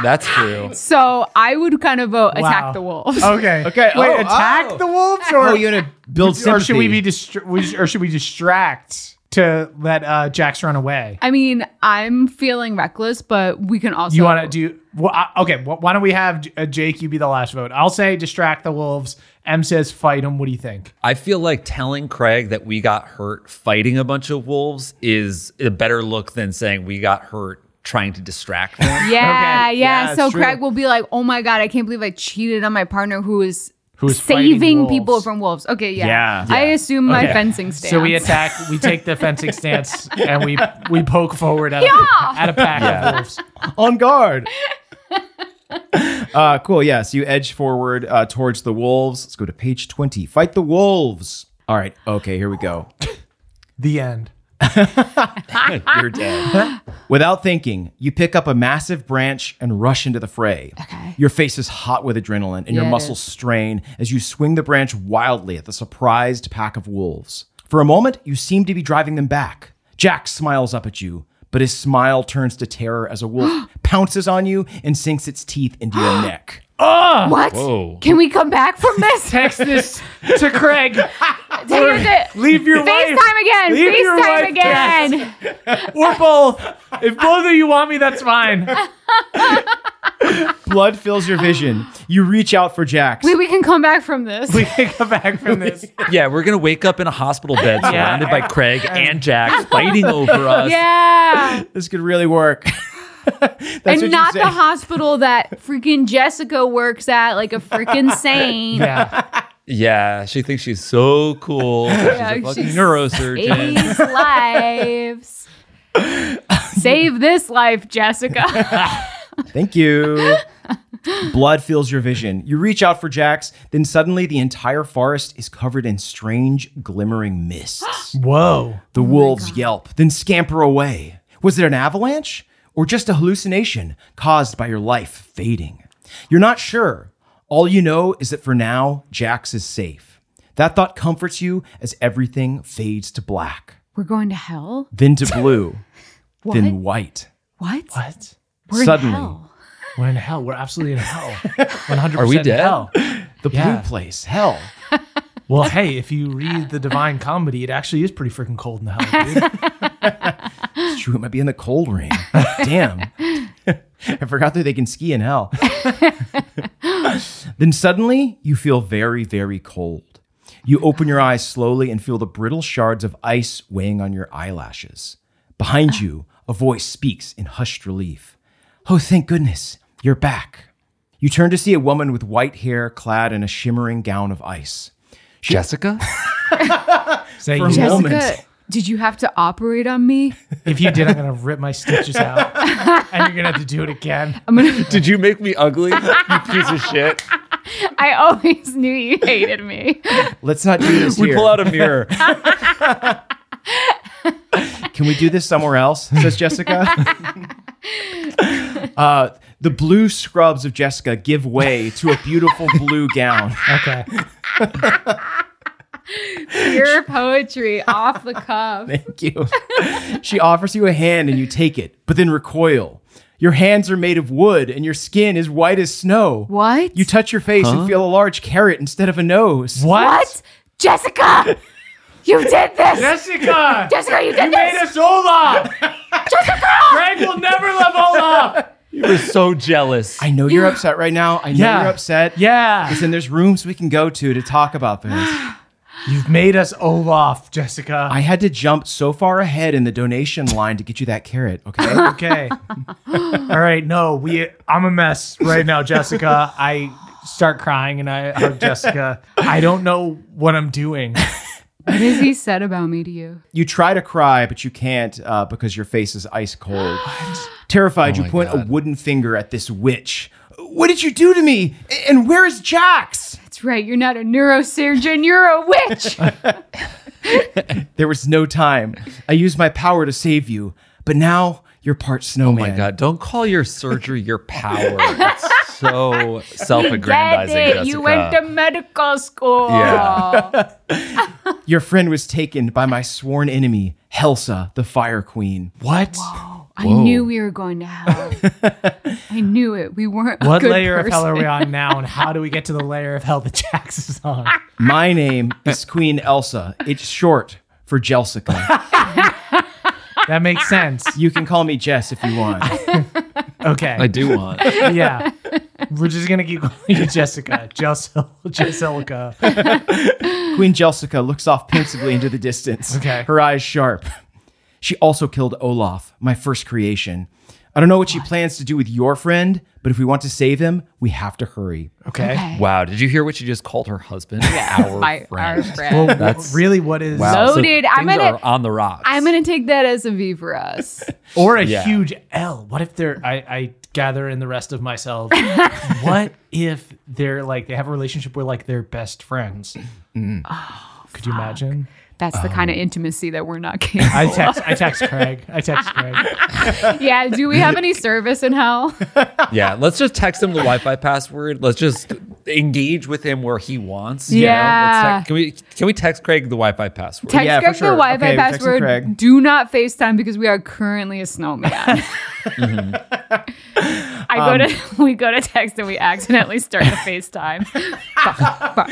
That's true.
so I would kind of vote
Wow.
attack the wolves.
(laughs) Okay.
Okay.
Wait,
Oh,
attack
oh.
the wolves, or
Oh, you're gonna build
or should we
sympathy.
be distra- we- or should we distract to let uh, Jax run away?
(laughs) I mean, I'm feeling reckless, but we can also
you want to do well, I- okay? wh- why don't we have J- uh, Jake? You be the last vote. I'll say distract the wolves. M says fight them. What do you think?
I feel like telling Craig that we got hurt fighting a bunch of wolves is a better look than saying we got hurt trying to distract them.
Yeah,
Okay.
yeah.
Yeah,
So
it's true.
Craig will be like, "Oh my god, I can't believe I cheated on my partner who is
Who is fighting
saving people
wolves.
from wolves." Okay, yeah.
Yeah.
I assume my
Okay.
fencing stance.
So we attack. We take the
(laughs)
fencing stance and we we poke forward at a, at a pack of wolves.
(laughs) on guard. uh, cool. Yes, you edge forward uh, towards the wolves. Let's go to page 20. Fight the wolves. All right. Okay, here we go.
The end.
(laughs)
You're dead.
Without thinking, you pick up a massive branch and rush into the fray. Okay. Your face is hot with adrenaline and
Yeah,
your
it
muscles strain as you swing the branch wildly at the surprised pack of wolves. For a moment, you seem to be driving them back. Jack smiles up at you, but his smile turns to terror as a
(gasps)
wolf pounces on you and sinks its teeth into your neck.
what?
Whoa.
Can we come
(laughs)
back from this?
Text this to Craig.
(laughs) Take it-
Leave your wife.
FaceTime again.
Leave your wife
FaceTime again.
(laughs) Or both. If both of you want me, that's
(laughs)
fine.
Blood fills your vision. You reach out for Jax.
Wait, we can come back from this.
We can come back from this.
Yeah, we're gonna wake up in a hospital
(laughs)
bed surrounded by Craig and Jack fighting over us.
yeah.
This could really work. (laughs) That's what you
and not
say.
the hospital that freaking Jessica works at, like
(laughs)
a freaking saint.
Yeah.
Yeah, she thinks she's so cool.
(laughs)
she's a fucking
she's-
neurosurgeon.
Saves lives.
(laughs)
Save this life, Jessica.
Thank you. (laughs) Blood fills your vision. You reach out for Jax, then suddenly the entire forest is covered in strange, glimmering mists.
Whoa.
(gasps) The wolves yelp, then scamper away. Was it an avalanche or just a hallucination caused by your life fading? You're not sure. All you know is that for now, Jax is safe. That thought comforts you as everything fades to black,
We're going to hell?
then (laughs) to blue, then white.
What?
What?
We're
Suddenly,
in hell.
We're in hell. We're absolutely in hell. 100%
Are we
in
dead?
hell.
the
Yeah.
blue place, hell.
Well, hey, if you read the Divine Comedy, it actually is pretty freaking cold in the hell, dude.
It's true. It might be in the
(laughs)
cold rain. Damn. (laughs) I forgot that they can ski in hell. (laughs) then suddenly you feel very, very cold. You open your eyes slowly and feel the brittle shards of ice weighing on your eyelashes. Behind
Ah.
you, a voice speaks in hushed relief. Oh, thank goodness, you're back. You turn to see a woman with white hair clad in a shimmering gown of ice.
(laughs)
Jessica?
Say
For a
you
moment.
won't.
Jessica, did you have to operate on me?
If you did, I'm going to rip my stitches out. and you're going to have to do it again.
Did you make me ugly? You piece of shit.
(laughs) I always knew you hated me.
Let's not do this
We
here.
pull out a mirror.
Can we do this
(laughs)
somewhere else? Says Jessica. uh, the blue scrubs of Jessica give way to a beautiful
(laughs)
blue gown.
Okay.
Pure poetry
(laughs)
off the cuff.
Thank you. She offers you a hand and you take it, but then recoil. Your hands are made of wood, and your skin is white as snow.
What?
You touch your face and feel a large carrot instead of a nose.
What?
What? Jessica! you did this!
Jessica!
Jessica, you did
you
this!
made us Olaf! Jessica! Greg will never love Olaf!
You (laughs) were so jealous.
I know you're upset right now. I know
Yeah.
you're upset.
Yeah.
Listen, there's rooms we can go to to talk about this.
You've made us Olaf, Jessica.
I had to jump so far ahead in the donation line to get you that carrot,
(laughs)
okay?
okay. All right. No, we. I'm a mess right now, Jessica. I start crying and I hug Jessica. I don't know what I'm doing.
What has he said about me to you?
you try to cry, but you can't uh, because your face is ice cold.
Oh
Terrified, you point a wooden finger at this witch. What did you do to me? A- And where is Jax?
That's right, you're not a neurosurgeon, you're a witch!
(laughs)
There was no time. I used my power to save you, but now you're part snowman.
Oh my god! Don't call your surgery your
(laughs)
power. It's so self-aggrandizing. Jessica.
You went to medical school.
Yeah.
Your friend was taken by my sworn enemy, Helsa, the Fire Queen.
What?
I knew we were going to hell. I knew it. We weren't. a
What
good
layer of hell are we
person.
on now, and how do we get to the layer of hell that Jax is on?
My name is Queen Elsa. It's short
(laughs)
for Jelsica.
That makes sense.
You can call me Jess if you want.
Okay.
I do
(laughs)
want.
yeah. We're just gonna keep calling you Jessica, Jessel, Jesselica.
Queen Jelsica looks off pensively into the distance,
Okay.
her eyes sharp. She also killed Olaf, my first creation. I don't know what she plans to do with your friend, but if we want to save him, we have to hurry.
Okay.
Wow! Did you hear what she just called her husband? Our
My, our
friend.
friend.
Well, really, what is
Wow. So
Loaded. I'm
things
gonna-
are on the rocks.
I'm going to take that as a V for us.
or a
Yeah.
huge L? What if they're? I, I gather in the rest of
(laughs)
myself. what if they're like they have a relationship where like they're best friends?
Mm.
Oh,
Could you imagine?
That's the kind of intimacy that we're not
(laughs)
getting.
I text. I text Craig. I text Craig.
yeah. Do we have any service in hell?
Yeah, let's just
(laughs)
text him the Wi-Fi password. Let's just engage with him where he wants. you know?
Yeah.
Let's text- can we can we text Craig the Wi-Fi password?
Text
Yeah, for
Greg
sure.
the Wi Fi
Okay, we're texting Craig.
password. Do not FaceTime because we are currently a snowman. (laughs) I go to (laughs) we go to text and we accidentally start to FaceTime. Fuck, fuck, fuck.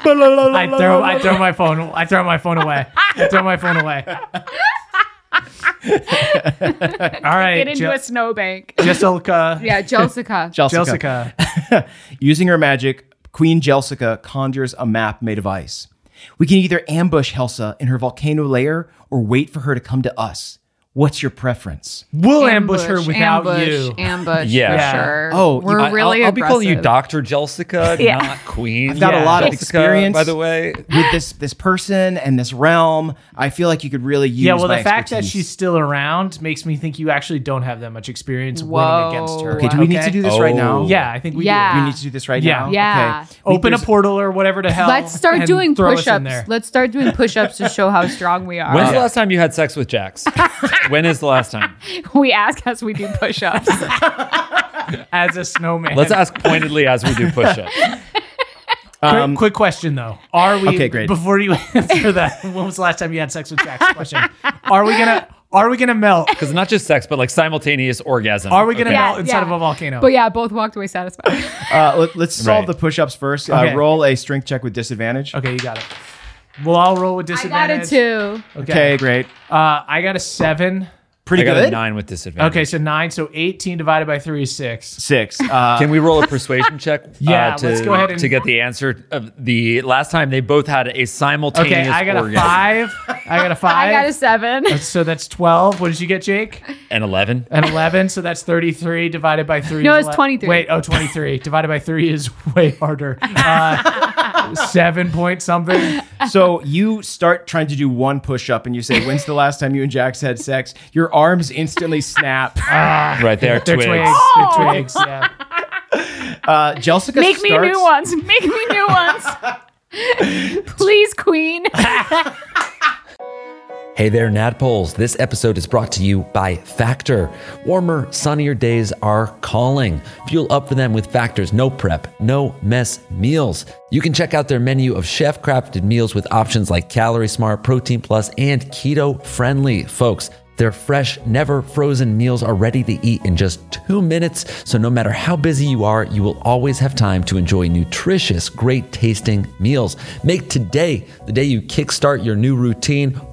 I throw. I throw my phone. I throw my phone away. I throw my phone
(laughs)
away. All right,
Get into
Je-
a snowbank.
Jessica.
Yeah, Jessica.
Jelsica.
Jessica.
Using her magic, Queen Jelsica conjures a map made of ice. We can either ambush Helsa in her volcano lair or wait for her to come to us. What's your preference?
We'll ambush, her without
ambush,
you.
Ambush.
Yeah.
Yeah.
Yeah.
For sure.
Oh,
we're
I- I'll-
really.
I'll, be calling you
aggressive.
Doctor Jelsica,
(laughs) Yeah.
not Queen.
I've got
Yeah.
a lot of
Jelsica,
experience
by the way.
with this this person and this realm. I feel like you could really use.
yeah, well, the
my
fact that
expertise.
she's still around makes me think you actually don't have that much experience
Whoa.
winning against her.
Okay, do we need to do this right
Oh.
now?
Yeah, I think we
Yeah.
do.
You need to do this right
Yeah.
now.
Yeah.
Okay.
Open a
There's-
portal or whatever to hell.
Let's start
and
doing
throw us in
push-ups.
there.
Let's start doing push-ups to show how strong we are.
When's the last time you had sex with Jax? when is the last time?
(laughs) we ask as we do push-ups.
As a snowman.
Let's ask pointedly as we do
(laughs)
push-ups.
Quick,
Um,
quick question though. Are we
Okay, great.
before you (laughs) answer that, when was the last time you had sex with Jax? Question. Are we gonna are we gonna melt?
Because not just sex, but like simultaneous orgasm.
Are we gonna
Yeah,
melt inside
yeah.
of a volcano?
(laughs) but yeah, both walked away satisfied.
Uh, let, us solve
Right.
the push-ups first.
Okay.
Uh, roll a strength check with disadvantage.
Okay, you got it. We'll all roll with
I got
disadvantage.
it too.
Okay, great.
Uh, I got a seven.
Pretty
I got
good.
a nine with disadvantage.
Okay, so nine. So eighteen divided by three is six.
Six.
(laughs)
Uh,
Can we roll a persuasion check? uh,
Yeah,
to,
let's go ahead and-
to get the answer of the last time they both had a simultaneous.
Okay, I got a
orgasm.
five. I got a five.
(laughs) I got a seven.
so that's 12. What did you get, Jake?
and eleven.
An 11. So that's 33 divided by 3.
No,
is
it's
ele-
23.
Wait, oh, 23 divided by 3 is (laughs) way harder. Uh, seven point something.
so you start trying to do one push-up, and you say, "When's the last time you and Jax had sex?" Your arms instantly snap.
(laughs)
Right there,
They're
twigs.
twigs.
Oh!
They're twigs. Yeah.
Uh, Jelsica
(laughs) Make me
starts-
new ones. Make me new (laughs) ones. Please, (laughs) Queen.
Hey there, Nadpoles. This episode is brought to you by Factor. Warmer, sunnier days are calling. Fuel up for them with Factor's no prep, no mess meals. You can check out their menu of chef crafted meals with options like Calorie Smart, Protein Plus, and Keto Friendly, folks. Their fresh, never frozen meals are ready to eat in just two minutes. So no matter how busy you are, you will always have time to enjoy nutritious, great tasting meals. Make today the day you kickstart your new routine.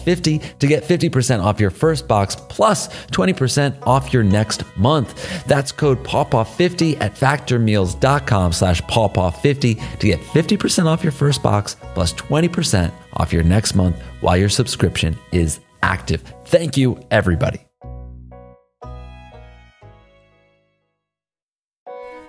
to get 50% off your first box plus 20% off your next month. That's code pawpaw50 at factormeals.com slash pawpaw50 to get 50% off your first box plus 20% off your next month while your subscription is active. Thank you, everybody.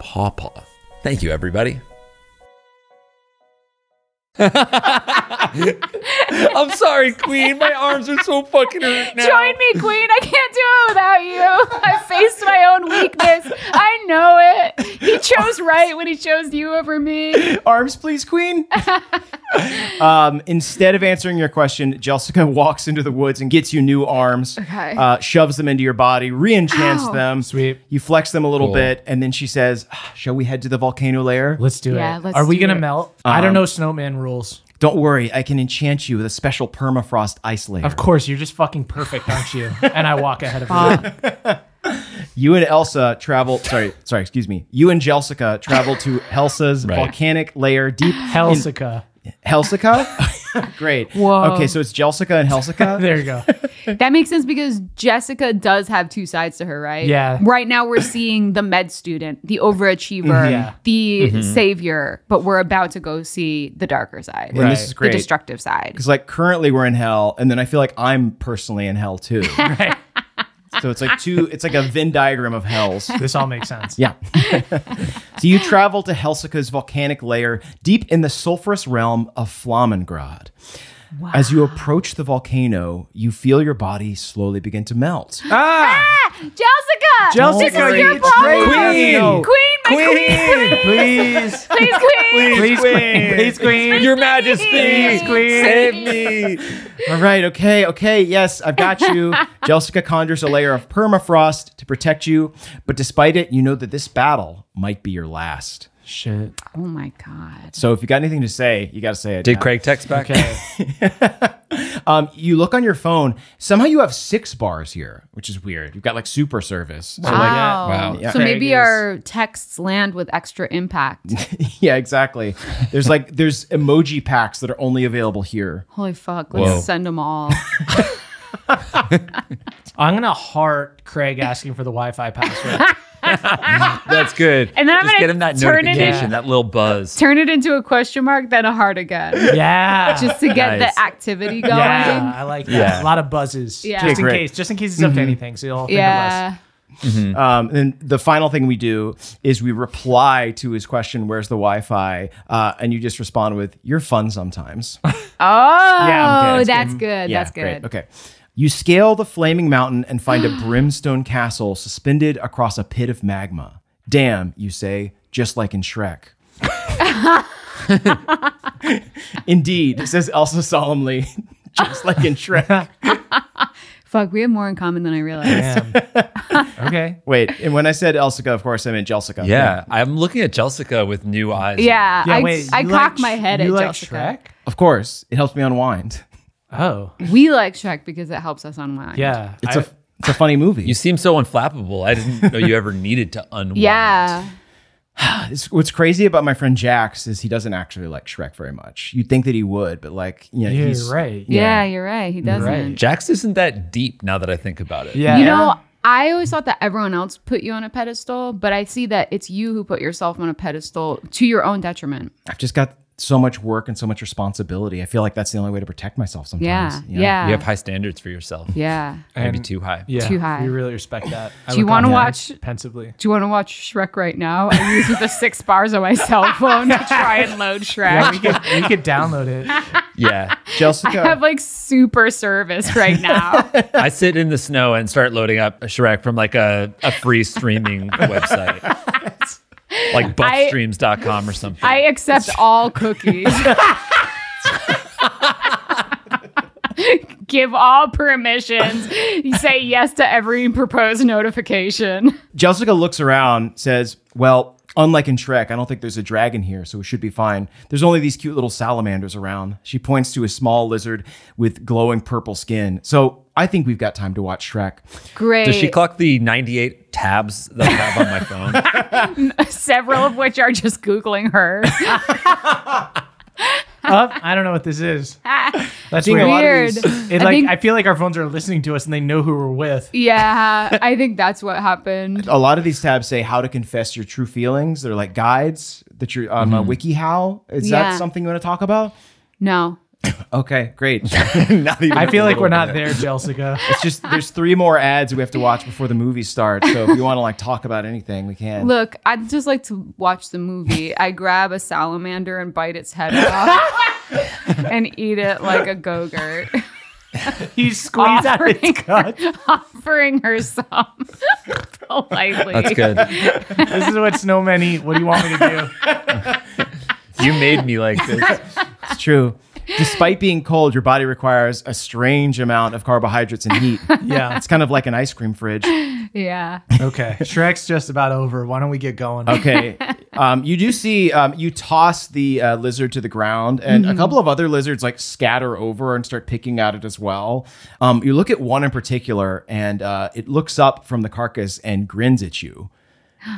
pawpaw. Thank you, everybody. I'm sorry, Queen. My arms are so fucking hurt now.
Join me, Queen. I can't do it without you. I faced my own weakness. I know it. He (laughs) chose right when he chose you over me.
Arms, please,
(laughs)
Queen. um, instead of answering your question, Jessica walks into the woods and gets you new arms,
Okay.
uh, shoves them into your body, re-enchants
Ow.
them.
Sweet.
You flex them a little
Cool.
bit, and then she says, "Ah, "Shall we head to the volcano lair?"
Let's do
Yeah,
it.
let's
Are we
do
gonna
it.
melt? I don't know snowman rules.
Don't worry, I can enchant you with a special permafrost ice layer.
Of course, you're just fucking perfect, aren't you? And I walk ahead of you.
You and Elsa
(laughs)
travel. Sorry, sorry, excuse me. You and Jelsica travel to Helsa's
Right.
volcanic lair, deep
Helsica. (laughs)
Helsica. Great.
Whoa.
Okay, so it's Jelsica and Helsica.
There you go.
That makes sense because Jessica does have two sides to her, right?
Yeah.
Right now we're seeing the med student, the overachiever,
Yeah.
the
Mm-hmm.
savior, but we're about to go see the darker side.
And
Right.
this is
The
great.
destructive side.
Because like currently we're in hell, and then I feel like I'm personally in hell too.
(laughs) Right.
so it's like two. It's like a Venn diagram
(laughs)
of hells.
This all makes sense.
Yeah. (laughs) so you travel to Helsica's volcanic lair, deep in the sulfurous realm of Flamingrad. As you approach the volcano, you feel your body slowly begin to
(laughs)
melt.
Ah,
Jessica!
Jessica,
this is your
you
problem!
betrayed
Queen!
us. please,
my queen! Please, queen!
please, queen, please, queen.
Your Majesty,
Please, queen.
save me.
All right, okay, okay, yes, I've got you.
(laughs)
Jelsica conjures a layer of permafrost to protect you, but despite it, you know that this battle might be your last.
Shit.
Oh my god.
So if you got anything to say, you got to say it.
Did
now.
Craig text back?
Okay.
Um, you look on your phone. Somehow you have six bars here, which is weird. You've got like super service. So, like,
Wow.
Wow.
Yeah.
Oh. So
Craig
maybe
is-
our texts land with extra impact.
(laughs)
(laughs)
yeah, exactly. There's like there's emoji packs that are only available here.
Holy fuck, let's
Whoa.
send them all.
I'm gonna heart Craig asking for the Wi-Fi password.
(laughs)
That's good.
And then I'm
Just
gonna
get him that
turn it in-
notification, that little buzz.
Turn it into a question mark, then a heart again.
Yeah.
(laughs) Just to get
Nice.
the activity going.
yeah, I like that.
Yeah.
A lot of buzzes.
Yeah.
Just in
Okay, great. Mm-hmm.
case. Just in case he's up to anything, so you'll think of us.
Yeah.
Um, and the final thing we do is we reply to his question, "Where's the Wi-Fi?" Uh, and you just respond with, "You're fun sometimes."
Oh,
Yeah, okay.
that's good.
Yeah,
Uh, that's good.
great. Okay. You scale the flaming mountain and find a
(gasps)
brimstone castle suspended across a pit of magma. Damn, you say, just like in
(laughs)
Shrek. (laughs)
(laughs)
Indeed, says Elsa solemnly, just like in Shrek.
Fuck, we have more in common than I realized. (laughs)
Damn. okay.
Wait, and when I said Elsica, of course I meant Jelsica.
Yeah, I'm looking at Jessica with new eyes.
Yeah,
Yeah.
I,
wait.
I
you
cock
like
my
Sh-
head
you
at
like
Jessica.
Of course, it helps me unwind.
Shrek? Oh.
Shrek? We like Shrek because it helps us unwind.
Yeah.
(clears throat) It's
I-
a it's a funny movie.
You seem so unflappable. I didn't know
(laughs)
you ever needed to unwind.
Yeah.
It's- what's crazy about my friend Jax is he doesn't actually like Shrek very much. You'd think that he would, but like, you know,
You're
he's
right.
Yeah, you're right. He doesn't.
right.
Jax isn't that deep now that I think about it.
Yeah.
You know, I always thought that everyone else put you on a pedestal, but I see that it's you who put yourself on a pedestal to your own detriment.
I've just got so much work and so much responsibility. I feel like that's the only way to protect myself sometimes.
Yeah.
you know?
Yeah.
You have high standards for yourself.
yeah.
Maybe
And-
too high.
yeah.
Too high.
We really respect that. I
Do you
look
wanna
on that
watch-
Pensively.
Do you want to watch Shrek right now? I'm using the six bars on my
(laughs)
cell phone to try and load
Yeah,
Shrek.
we could we
(laughs)
could download it.
Yeah.
Jelsica,
I have like super service right (laughs) now.
I sit in the snow and start loading up Shrek from like a, a free
(laughs)
streaming website. Like
I-
buffstreams.com or something.
I accept all cookies. (laughs) Give all permissions. You say yes to every proposed notification.
Jelsica looks around, says, Well, unlike in Shrek, I don't think there's a dragon here, so we should be fine. There's only these cute little salamanders around. She points to a small lizard with glowing purple skin. So I think we've got time to watch Shrek.
Great.
Does she clock the 98 tabs that I have on my phone?
(laughs) Several of which are just Googling her.
Up. Oh, I don't know what this
(laughs)
is. That's
Seeing a
weird.
lot of
Weird.
these-
It like
think-
I feel like our phones are listening to us and they know who we're with.
yeah, I think that's what happened.
A lot of these tabs say how to confess your true feelings. They're like guides that you're on a WikiHow. Is
Yeah.
that something you want to talk about?
No.
Okay, great. (laughs)
Not even
I feel
a
like we're
little
not
bit.
there,
(laughs)
Jelsica.
It's just there's three more ads we have to watch before the movie starts. So if you want to like talk about anything, we can.
Look, I'd just like to watch the movie. I grab a salamander and bite its head off (laughs) and eat it like a go gurt,
He squeezed out
Offering.
his gut.
(laughs) offering her some (laughs) politely.
That's good.
This is what snowmen eat. What do you want me to
(laughs)
do?
You made me like this.
(laughs)
It's true. Despite being cold, your body requires a strange amount of carbohydrates and heat.
Yeah.
It's kind of like an ice cream fridge.
Yeah.
Okay. Shrek's just about over. Why don't we get going?
(laughs)
Okay. Um, you do see um, you toss the uh, lizard to the ground, and
Mm-hmm.
a couple of other lizards like scatter over and start picking at it as well. Um, you look at one in particular, and uh, it looks up from the carcass and grins at
(gasps)
you.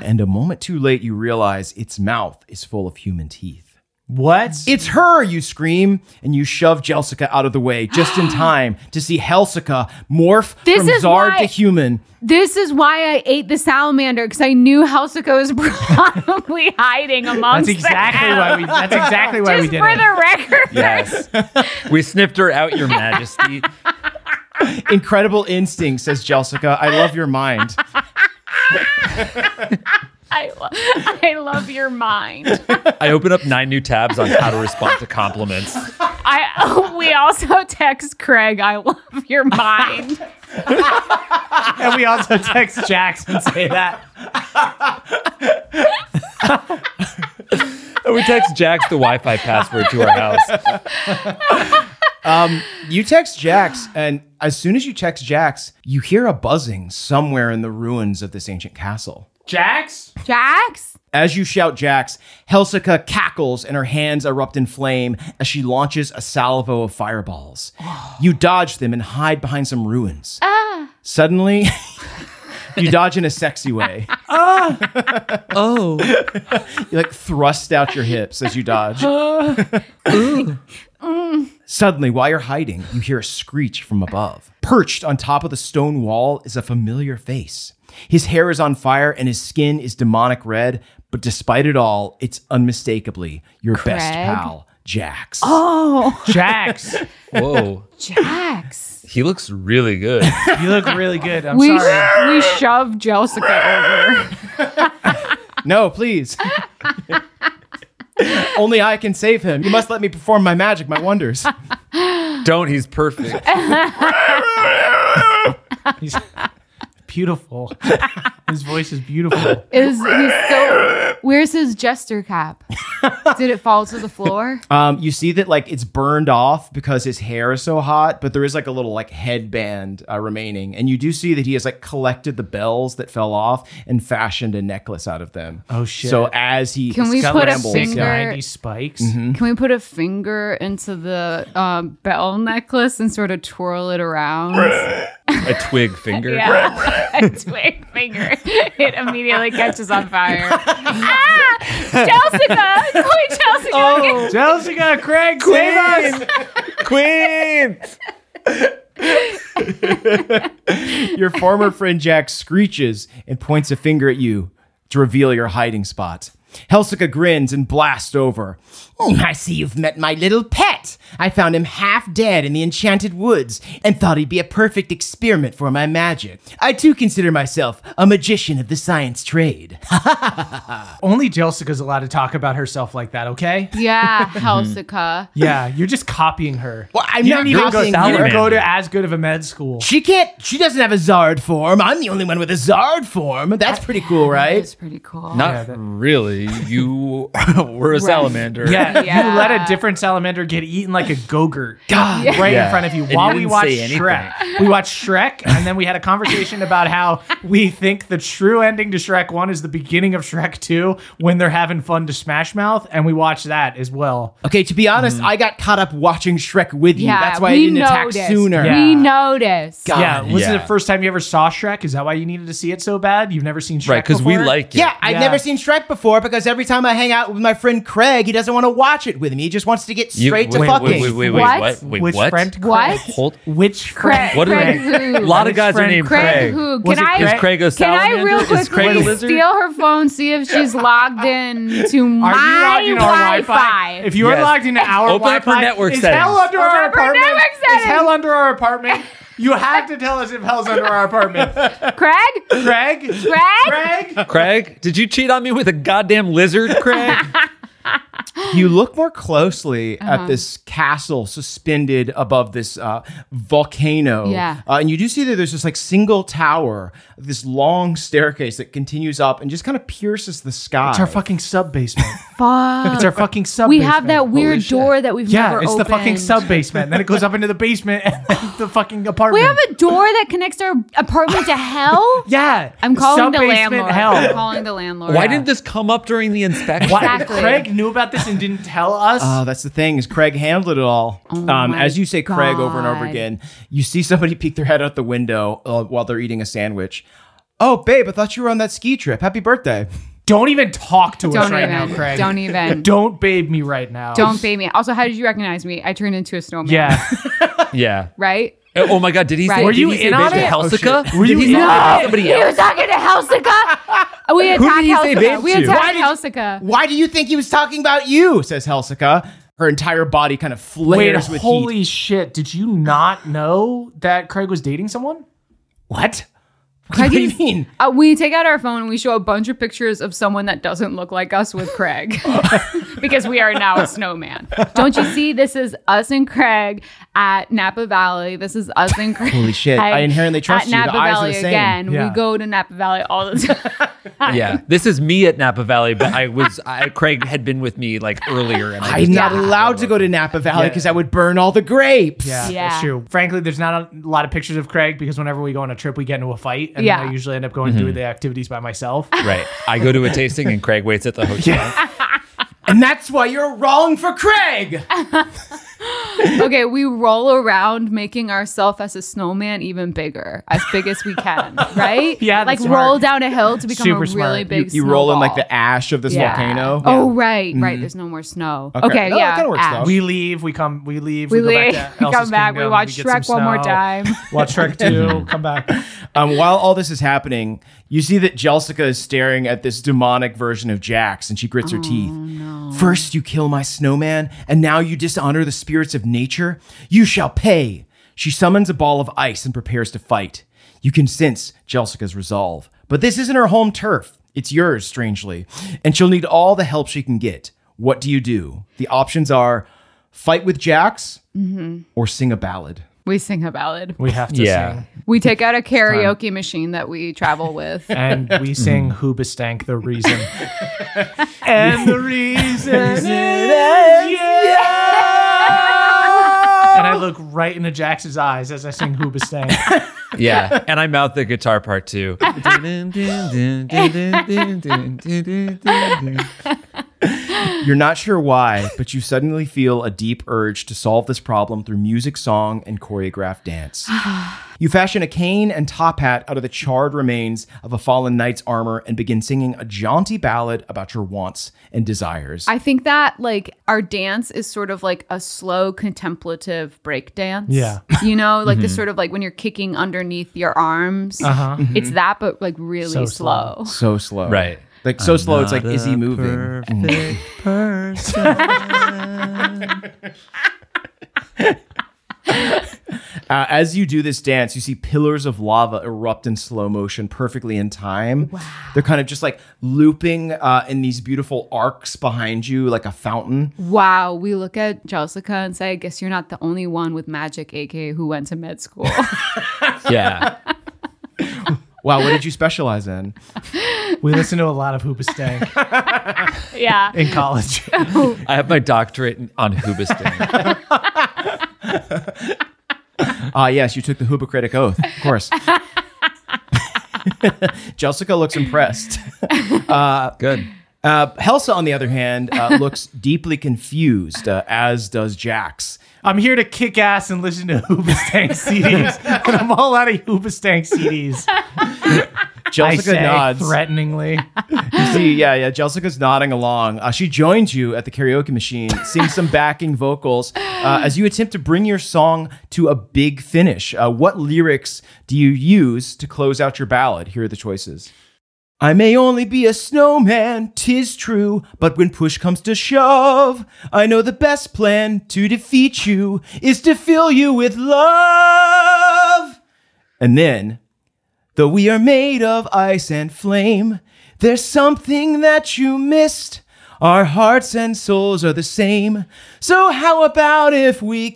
And a moment too late, you realize its mouth is full of human teeth.
What?
It's her, you scream, and you shove Jelsica out of the way just
(gasps)
in time to see Helsica morph
This
from
is
czar
why-
to human.
This is why I ate the salamander because I knew Helsico was (laughs) probably hiding amongst
That's exactly
the
why we.
(laughs)
That's exactly why
Just
we did
for
it.
the record.
Yes. We sniffed her out, Your Majesty.
Incredible instinct, says Jelsica. I love your
(laughs)
mind.
I, lo- I love your mind.
I open up nine new tabs on how to respond to compliments.
I (laughs) we also text Craig. I love
(laughs)
your mind.
and we also text Jax and say that.
And (laughs) we text Jax the Wi Fi password to our house.
You text Jax, and as soon as you text Jax, you hear a buzzing somewhere in the ruins of this ancient castle.
Jax.
Jax.
As you shout Jax, Helsica cackles and her hands erupt in flame as she launches a salvo of fireballs. You dodge them and hide behind some ruins. Suddenly, (laughs) you dodge in a sexy way.
Ah!
Oh.
(laughs) You like thrust out your hips as you dodge.
Ah.
Suddenly, while you're hiding, you hear a screech from above. Perched on top of the stone wall is a familiar face. His hair is on fire and his skin is demonic red, but despite it all, it's unmistakably your best
Craig?
pal, Jax.
Oh,
Jax.
Whoa.
Jax.
He looks
(laughs)
really good.
You look really good. I'm
We
sorry.
(laughs) we shove Jelsica over.
No, please. (laughs) Only I can save him. You must let me perform my magic, my wonders.
Don't, he's perfect.
He's beautiful. His voice is beautiful.
Is he's so Where's his jester cap? Did it fall to the floor?
Um, you see that like it's burned off because his hair is so hot, but there is like a little like headband uh, remaining, and you do see that he has like collected the bells that fell off and fashioned a necklace out of them.
Oh, shit.
So as he
Can we
Got
put
like
a
scrambles,
sick
finger- Mm-hmm.
90 spikes.
Can we put a finger into the um, bell necklace and sort of twirl it around? (laughs)
A twig finger.
yeah, a twig finger. It immediately catches on fire. ah, Jessica, Queen Jessica.
Oh, Chelsea got Craig. Save us.
Queen.
your former friend Jack screeches and points a finger at you to reveal your hiding spot. Helsica grins and blasts over. "Mm, I see you've met my little pet. I found him half dead in the enchanted woods and thought he'd be a perfect experiment for my magic. I too consider myself a magician of the science trade. (laughs)
Only Jessica's allowed to talk about herself like that, okay?
Yeah, Helsica.
Yeah, you're just copying her.
Well, I'm
you
not
didn't even go,
copying
you
you.
didn't go to as good of a med school.
She can't. She doesn't have a Zard form. I'm the only one with a Zard form. That's pretty cool, right?
It's (laughs) pretty cool.
Not really. You (laughs) were a salamander.
Yeah,
Yeah.
you let a different salamander get eaten like a gogurt
God.
right
Yeah.
in front of you
And
while
you
we
didn't
watched
say anything.
Shrek. We watched Shrek, and then we had a conversation about how we think the true ending to Shrek 1 is the beginning of Shrek 2 when they're having fun to Smash Mouth, and we watched that as well.
Okay, to be
Mm.
honest, I got caught up watching Shrek with you.
Yeah,
That's why I
we
didn't attack
noticed.
sooner.
Yeah.
We noticed.
God.
yeah, was
yeah.
it the first time you ever saw Shrek? Is that why you needed to see it so bad? You've never seen Shrek
Right, because we
before?
like it.
Yeah, I've
Yeah.
never seen Shrek before because every time I hang out with my friend Craig, he doesn't want to watch it with me. He just wants to get
You-
straight to
wait,
fucking.
Wait, wait, wait, wait,
What?
what? Wait,
Which
what?
friend?
What?
Hold.
Which
Craig.
friend?
What are
Craig
they? A
who?
lot of
Which
guys are
friend?
named
Craig,
Craig.
who?
Was
Can
it
I?
Is Craig a
Can I
salamander?
real
Is Craig a
quickly
lizard?
steal her phone, see if she's logged in to my
Are you logged into our Wi-Fi?
Wi-Fi?
If you are
Yes.
logged into our
Open
Wi-Fi,
up her network
is
settings.
hell under
Open
our
up her
apartment?
network
Is hell under our apartment? You have to tell us if hell's under our apartment.
(laughs)
Craig,
Craig, Craig, Craig.
Craig, did you cheat on me with a goddamn lizard,
(laughs)
Craig?
You look more closely
Uh-huh.
at this castle suspended above this uh, volcano.
Yeah.
Uh, and you do see that there's this like single tower, this long staircase that continues up and just kind of pierces the sky.
It's our fucking sub basement.
Fuck.
It's our fucking sub.
We have that weird door that we've
Yeah,
never
it's the fucking
opened.
sub basement. Then it goes up into the basement and then (laughs) the fucking
We
apartment.
have a door that connects our
(laughs)
apartment to hell.
yeah.
I'm calling the
sub-basement
landlord. I'm
Hell.
calling the landlord.
Why didn't this come up during the inspection?
Why-
Exactly. Uh,
Craig knew about this and didn't tell us.
Oh, that's the thing is Craig handled it all. um,
Oh my
as you say Craig over and over
God.
again, you see somebody (laughs) peek their head out the window uh, while they're eating a sandwich. Oh, babe, I thought you were on that ski trip. Happy birthday.
Don't even talk to us
Don't
right
even.
now, Craig.
Don't
(laughs)
even.
Don't babe me right now.
Don't pay me. Also, how did you recognize me? I turned into a snowman. (laughs)
Yeah.
Yeah.
Right?
Oh my God! Did he?
Right.
Say,
Were
did
you
he say
in on
babe to
it? Oh, shit.
Helsica?
Were you
did he
in
say
on
babe
it?
to somebody
He
else?
was talking to
(laughs)
Helsica. We
did
attacked
he say
Helsica.
babe
We
to?
attacked Helsica.
Why do you think he was talking about you? Says Helsica. Her entire body kind of
Wait,
flares with
holy
heat.
shit. Did you not know that Craig was dating someone?
What? (laughs)
Craig
what do you
is-
mean?
Uh, we take out our phone and we show a bunch of pictures of someone that doesn't look like us with Craig (laughs) because we are now a snowman. Don't you see? This is us and Craig at Napa Valley. This is us and Craig.
Holy shit. I inherently trust
at
you. The
Napa
eyes are the
Valley
same.
again.
Yeah.
We go to Napa Valley all the time.
(laughs)
(laughs)
Yeah, this is me at Napa Valley, but I was I, Craig had been with me like earlier, and I
I'm
just-
not allowed to go to Napa Valley
Yeah.
because I would burn all the grapes.
Yeah,
Yeah.
that's true. Frankly, there's not a lot of pictures of Craig because whenever we go on a trip, we get into a fight, and
Yeah.
then I usually end up going doing the activities by
(laughs)
myself.
(laughs) right. I go to a tasting, and Craig waits at the hotel.
And that's why you're wrong for
(laughs)
Craig.
okay, we roll around making ourselves as a snowman even bigger, as big as
(laughs)
we can, right?
Yeah,
like
that's
roll
smart.
down a hill to become
Super
a really
smart. You-
big.
you roll in like
snowball.
the ash of this
Yeah.
volcano. Mm-hmm.
Oh right, right. There's no more snow. Okay,
No, that
yeah.
kinda works,
ash.
though.
We leave, we come, we leave,
We
we, go
leave,
back to
we
Elsa's
come back, we
Kingdom,
watch
get
Shrek
some
one more
snow,
time.
(laughs) watch Shrek two, come back.
Um, while all this is happening, you see that Jelsica is staring at this demonic version of Jax and she grits her teeth. First, you kill my snowman, and now you dishonor the spirits of nature? You shall pay. She summons a ball of ice and prepares to fight. You can sense Jelsica's resolve. But this isn't her home turf. It's yours, strangely. And she'll need all the help she can get. What do you do? The options are fight with Jax or sing a ballad.
We sing a ballad.
We have to
Yeah.
sing.
We take out a karaoke machine that we travel with.
And we sing Hoobastank the Reason. and the reason is yeah. And I look right into Jax's eyes as I sing Hoobastank.
Yeah, and I mouth the guitar part
(laughs)
too.
You're not sure why, but you suddenly feel a deep urge to solve this problem through music, song, and choreographed dance. You fashion a cane and top hat out of the charred remains of a fallen knight's armor and begin singing a jaunty ballad about your wants and desires.
I think that like our dance is sort of like a slow contemplative break dance.
Yeah.
You know, like this sort of like when you're kicking underneath your arms.
Uh-huh.
It's that, but like really
So slow.
slow.
so slow.
Right.
Like so slow, it's like, is he moving? (laughs) Uh, as you do this dance, you see pillars of lava erupt in slow motion, perfectly in time. Wow. They're kind of just like looping uh, in these beautiful arcs behind you, like a fountain.
Wow. We look at Jessica and say, I guess you're not the only one with magic, aka who went to med school.
Yeah.
Wow, what did you specialize in?
We listen to a lot of Hoobastank
yeah.
in college.
I have my doctorate in- on
(laughs)
Hubistan.
Ah, yes, you took the Hippocratic Oath, of course. (laughs) Jessica looks impressed.
Good.
Uh, Helsa, on the other hand,
(laughs)
uh, looks deeply confused, uh, as does Jax.
I'm here to kick ass and listen to (laughs) Hoobastank CDs. And I'm all out of Hoobastank CDs. I
Jessica
say
nods.
threateningly.
You (laughs) see, yeah, yeah. Jessica's nodding along. Uh, she joins you at the karaoke machine, sings some backing vocals uh, as you attempt to bring your song to a big finish. Uh, what lyrics do you use to close out your ballad? Here are the choices. I may only be a snowman, 'tis true, but when push comes to shove, I know the best plan to defeat you is to fill you with love. And then Though we are made of ice and flame, there's something that you missed. Our hearts and souls are the same. So how about if we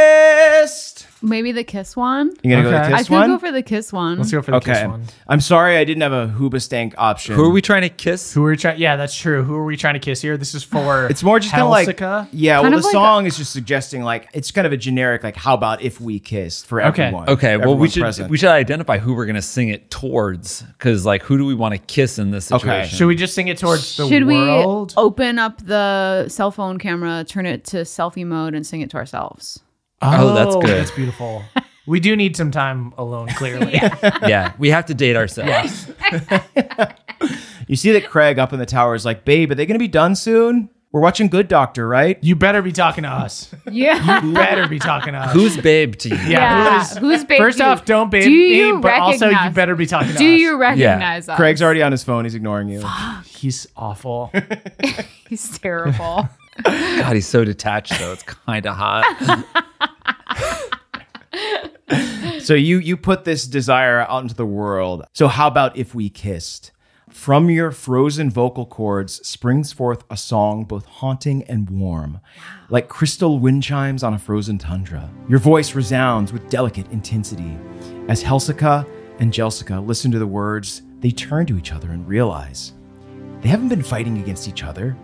kissed?
Maybe the kiss one.
You gonna go
Okay.
to
I
this
think
one?
go for the kiss one.
Let's go for the
okay.
kiss one.
I'm sorry I didn't have a Hoobastank option.
Who are we trying to kiss?
Who are we trying? Yeah, that's true. Who are we trying to kiss here? This is for.
(laughs) It's more just kind of like
Helsica?
yeah.
Kind
well,
of
the
like
song is just suggesting like it's kind of a generic like how about if we kissed for
Okay.
everyone.
Okay, well we
everyone
should
present.
we should identify who we're gonna sing it towards, because like who do we want to kiss in this
Okay.
situation?
Should we just sing it towards the
Should
world?
we Oh, open up the cell phone camera, turn it to selfie mode, and sing it to ourselves?
Oh, that's good.
That's beautiful. We do need some time alone,
(laughs)
clearly.
yeah, we have to date
(laughs)
ourselves.
You see that Craig up in the tower is like, babe, are they gonna be done soon? We're watching Good Doctor, right?
You better be talking to us.
(laughs) Yeah. (laughs)
You better be talking to us.
Who's babe to you?
yeah, who's-
Who's baby?
First off, don't babe
Do
me,
you
but also you
recognize-
better be talking to
Do
us.
you recognize us?
Craig's already on his phone. He's ignoring you.
He's awful.
Ah. He's terrible.
God, he's so detached though. It's kinda
(laughs)
hot.
So you you put this desire out into the world. So how about if we kissed? From your frozen vocal cords springs forth a song both haunting and warm, like crystal wind chimes on a frozen tundra. Your voice resounds with delicate intensity. As Helsica and Jelsica listen to the words, they turn to each other and realize they haven't been fighting against each other.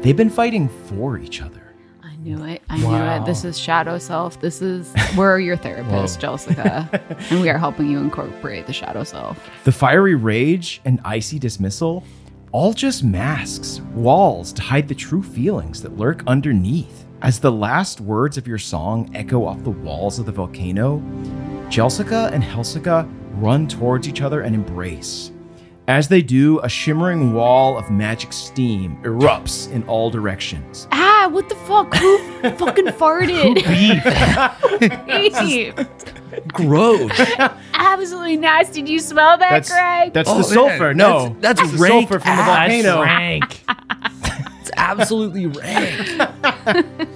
They've been fighting for each other.
I knew it. I knew it. This is shadow self. This is we're your therapist, Jessica, and we are helping you incorporate the shadow self.
The fiery rage and icy dismissal, all just masks, walls to hide the true feelings that lurk underneath. As the last words of your song echo off the walls of the volcano, Jelsica and Helsica run towards each other and embrace. As they do, a shimmering wall of magic steam erupts in all directions.
Ah, what the fuck? Who fucking farted? (laughs) Beef.
Gross.
Absolutely nasty. Do you smell that,
That's
Craig?
that's
Oh,
the
man.
sulfur. No,
That's- that's
the
rank
sulfur from the
ass.
volcano.
Frank.
Ah.
It's absolutely rank.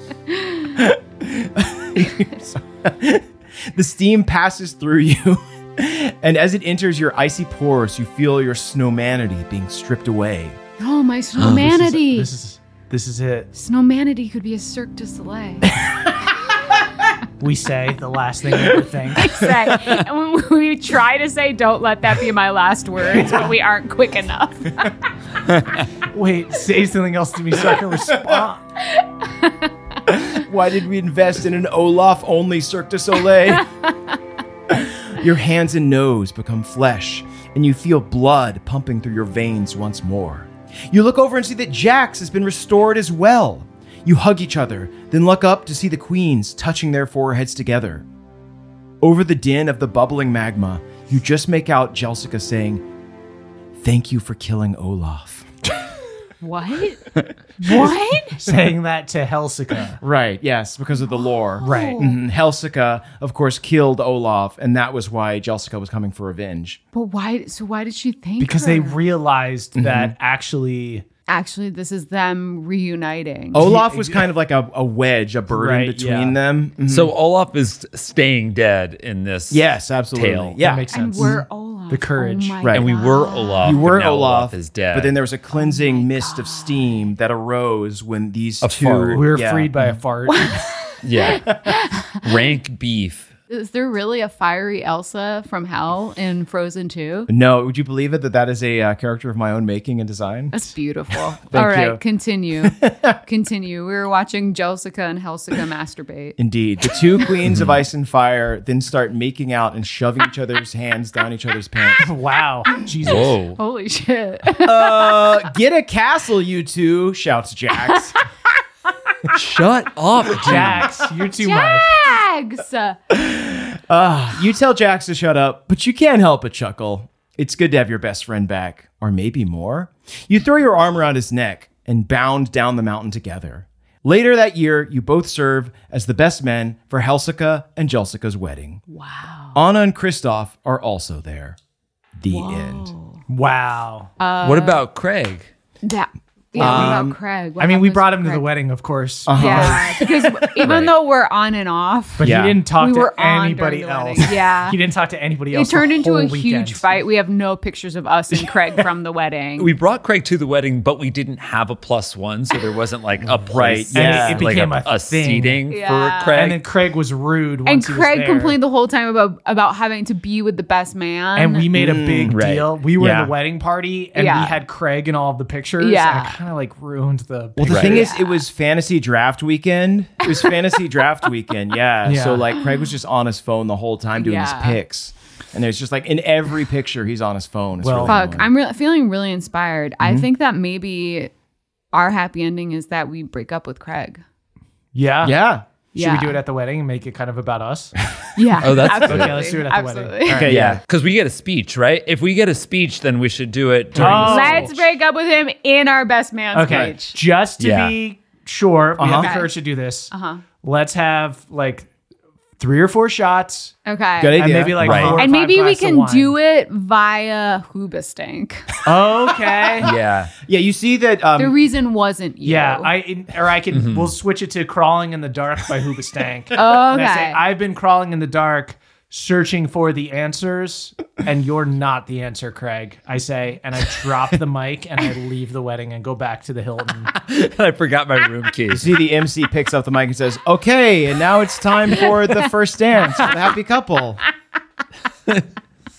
The steam passes through you, (laughs) and as it enters your icy pores, you feel your snowmanity being stripped away.
oh, my snowmanity.
This is this is it.
(laughs) Snowmanity could be a Cirque du Soleil.
we say the last thing we ever
(laughs)
think.
say. And when we try to say, don't let that be my last words, but we aren't quick enough.
Wait, say something else to me so I can
(laughs)
respond.
Why did we invest in an Olaf only Cirque du Soleil? (laughs) your hands and nose become flesh, and you feel blood pumping through your veins once more. You look over and see that Jax has been restored as well. You hug each other, then look up to see the queens touching their foreheads together. Over the din of the bubbling magma, you just make out Jelsica saying, Thank you for killing Olaf.
(laughs)
What? What?
Saying that to Helsica.
Right, yes, because of the lore.
(gasps) Right.
Mhm. Helsica, of course, killed Olaf, and that was why Jelsica was coming for revenge.
But why? So why did she think?
Because
(laughs)
they
her?
realized
Mm-hmm.
that actually
actually this is them reuniting.
Oh,
Olaf was kind of like a, a wedge, a burden
Right,
between
yeah.
them. Mhm.
So Olaf is staying dead in this.
yes, absolutely.
Tail.
Yeah.
that makes
and
sense.
we're Olaf.
The courage.
Oh my
Right.
And we
God.
were Olaf.
you
but
were
now
Olaf,
is dead.
But then there was a cleansing
Oh
mist of steam that arose when these
A
two
fart.
we were
yeah.
freed by a fart.
(laughs)
yeah, rank beef.
Is there really a fiery Elsa from hell in Frozen Two?
No, would you believe it that that is a uh, character of my own making
(laughs)
and design?
That's beautiful. All right,
you.
continue. continue. We were watching Jelsica and Helsica masturbate.
Indeed. The two queens
Mm-hmm.
of ice and fire then start making out and shoving each other's hands down each other's
(laughs)
pants.
wow. Jesus.
Whoa.
(laughs)
Holy shit.
Uh, get a castle, you two, shouts Jax.
Shut up,
Jax, you're too much.
Jags!
you tell Jax to shut up, but you can't help but chuckle. It's good to have your best friend back, or maybe more. You throw your arm around his neck and bound down the mountain together. Later that year, you both serve as the best men for Helsica and Jelsica's wedding. Wow. Anna and Kristoff are also there. The end.
Wow.
Oh,
what about Craig?
That. Yeah, what about Craig. What
Um, I mean, we
happens
brought
with
him to the
Craig?
wedding, of course. (laughs)
Uh-huh. Yeah, because even though we're on and off,
But
Yeah.
he didn't talk
We
to
were on
anybody
during the
else.
wedding. Yeah.
He didn't talk to anybody
it
else. the
turned into a
whole weekend.
huge fight. We have no pictures of us
(laughs)
and Craig from the wedding.
We brought Craig to the wedding, but we didn't have a plus one, so there wasn't like
(laughs)
a place.
And it-
it became
like
a thing.
seating
Yeah.
for Craig.
And then Craig was rude.
and
Once he was
Craig
there.
complained the whole time about about having to be with the best man.
And we made a big
right.
deal. We were
Yeah.
in the wedding party and
Mm. Yeah.
we had Craig in all of the pictures.
Yeah.
And I kind of like ruined the.
Well, the
Right.
thing is, it was fantasy draft weekend. It was fantasy draft weekend,
(laughs)
yeah.
Yeah.
So like, Craig was just on his phone the whole time doing
Yeah.
his picks, and there's just like in every picture he's on his phone. It's
Well-
really
Fuck,
annoying.
I'm re- feeling really inspired. I
Mm-hmm.
think that maybe our happy ending is that we break up with Craig.
yeah.
yeah.
Should
yeah.
we do it at the wedding and make it kind of about us?
Yeah.
Oh, (laughs) that's good.
absolutely.
Okay, let's do it at the wedding.
absolutely.
Okay, yeah.
Because we get a speech, right? If we get a speech, then we should do it during
Uh,
Oh.
Let's break up with him in our best man's
Okay.
speech.
Just to
Yeah.
be sure, we have the
Okay.
courage to do this.
Uh-huh.
Let's have like three or four shots
Okay.
Good
and
idea.
maybe like
Right.
four or
and
five
maybe we
glasses of
can
wine.
do it via Hoobastank. (laughs)
Okay.
the- Yeah.
Yeah, you see that
the
um,
reason wasn't you.
Yeah, I in, or I can. We'll switch it to "Crawling in the Dark" by
(laughs)
Hoobastank.
Oh,
okay. And I say,
Okay.
I've been crawling in the dark, searching for the answers, and you're not the answer, Craig. I say, and I drop the mic and I leave the wedding and go back to the Hilton.
(laughs) I forgot my room key.
see the MC picks up the mic and says, "Okay, and now it's time for
(laughs)
the first dance, for the happy couple."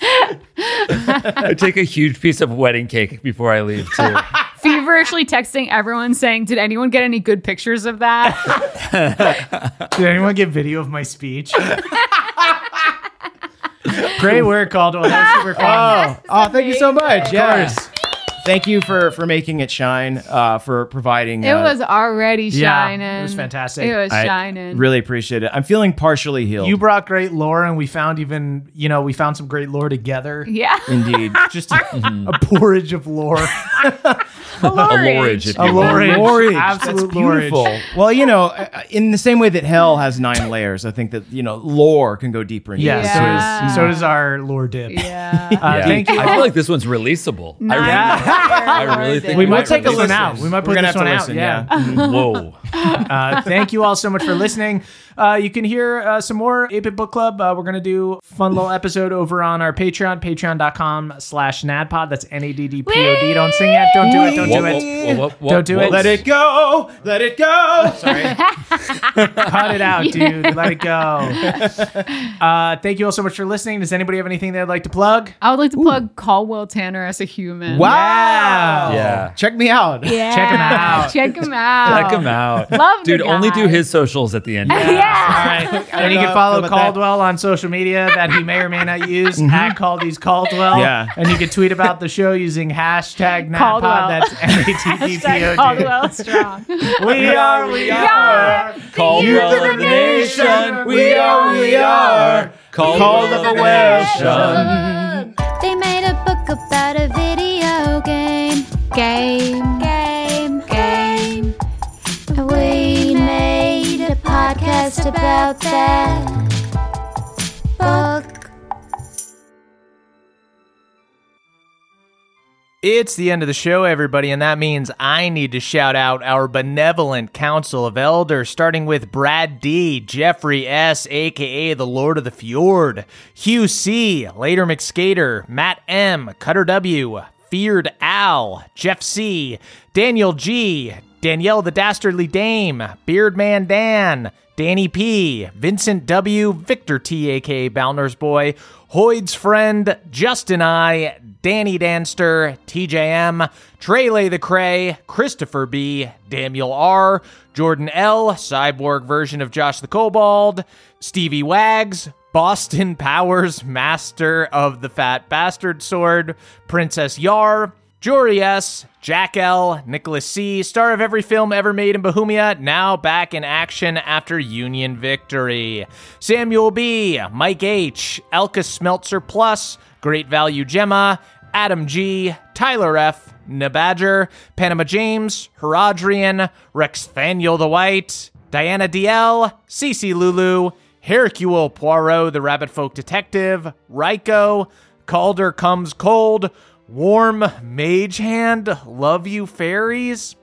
I take a huge piece of wedding cake before I leave
(laughs)
too.
Feverishly texting everyone saying, Did anyone get any good pictures
(laughs)
of that?
Did anyone get video of my speech? Great work, Caldwell. That was super fun.
Oh, oh, thank you so much. Yes. Thank you for for making it shine, uh, for providing.
it
uh,
was already
Yeah,
shining.
it was fantastic.
It was
I
shining.
Really appreciate it. I'm feeling partially healed.
You brought great lore, and we found even you know we found some great lore together.
yeah. (laughs)
(laughs)
Indeed, just
A porridge of lore.
a lorage, if
(laughs) A
you will.
lorage.
Lorage.
Absolute
That's beautiful.
lorage.
Well, you know, uh, in the same way that hell has nine layers, I think that you know lore can go deeper. Into
Yeah,
this.
So,
Yeah.
does, so does our lore dip.
Yeah.
Uh,
Yeah.
Thank you.
I feel like this one's releasable. I really,
(laughs)
I
I really think
we
Right,
might take this
release
one
this.
out. We might put
We're gonna
this
have to
one
listen,
out. Yeah.
(laughs)
Whoa.
uh, thank you all so much for listening. Uh, you can hear uh, some more Ape It Book Club. Uh, we're gonna do a fun little episode over on our Patreon, patreon.com/slash NADPOD. That's N-A-D-D-P-O-D. Don't sing it. Don't do it. Don't do
Whoa,
it.
whoa, whoa, whoa, whoa,
Don't do
whoa.
it.
(laughs) Let it go. Let it go. Sorry.
Cut it
(laughs)
out, dude. Let it go. Uh, thank you all so much for listening. Does anybody have anything they'd like to plug?
I would like to plug Caldwell Tanner as a human.
Wow.
Yeah.
Check me out.
Yeah.
Check him out.
Check him out.
Check him out.
Love the
Dude, only do
guy.
his socials at the end.
(laughs) All
(laughs) Yeah.
right. And you
know
can follow
about that. Mm-hmm.
Caldwell on social media that he may or may not use at Caldy's Caldwell.
Yeah.
And you can tweet about the show using hashtag
Caldwell.
NatPod. That's
Hashtag
N-A-T-D-P-O-D.
Caldwell strong.
We are, we are.
Caldwell
Youth of
of the nation. We are, we are.
Call of
Caldwell
the
of the
nation.
nation.
They made a book about a video game. Game. Game. Game. We made a podcast about that book.
It's the end of the show, everybody, and that means I need to shout out our benevolent Council of Elders, starting with Brad D, Jeffrey S, aka the Lord of the Fjord, Hugh C, Later McSkater, Matt M, Cutter W, Feared Al, Jeff C, Daniel G, Danielle the Dastardly Dame, Beardman Dan, Danny P, Vincent W, Victor T, aka Balner's Boy, Hoyd's Friend, Justin I, Danny Danster, TJM, Traylay the Cray, Christopher B, Daniel R, Jordan L, Cyborg version of Josh the Kobold, Stevie Wags, Boston (laughs) Powers, Master of the Fat Bastard Sword, Princess Yar, Jory S., Jack L., Nicholas C., star of every film ever made in Bohemia, now back in action after Union victory. Samuel B., Mike H., Elka Smeltzer Plus, Great Value Gemma, Adam G., Tyler F., Nabadger, Panama James, Herodrian, Rexthaniel the White, Diana DL, Cece Lulu, Hercule Poirot, the Rabbit Folk Detective, Ryko, Calder Comes Cold, Warm Mage Hand, Love You Fairies,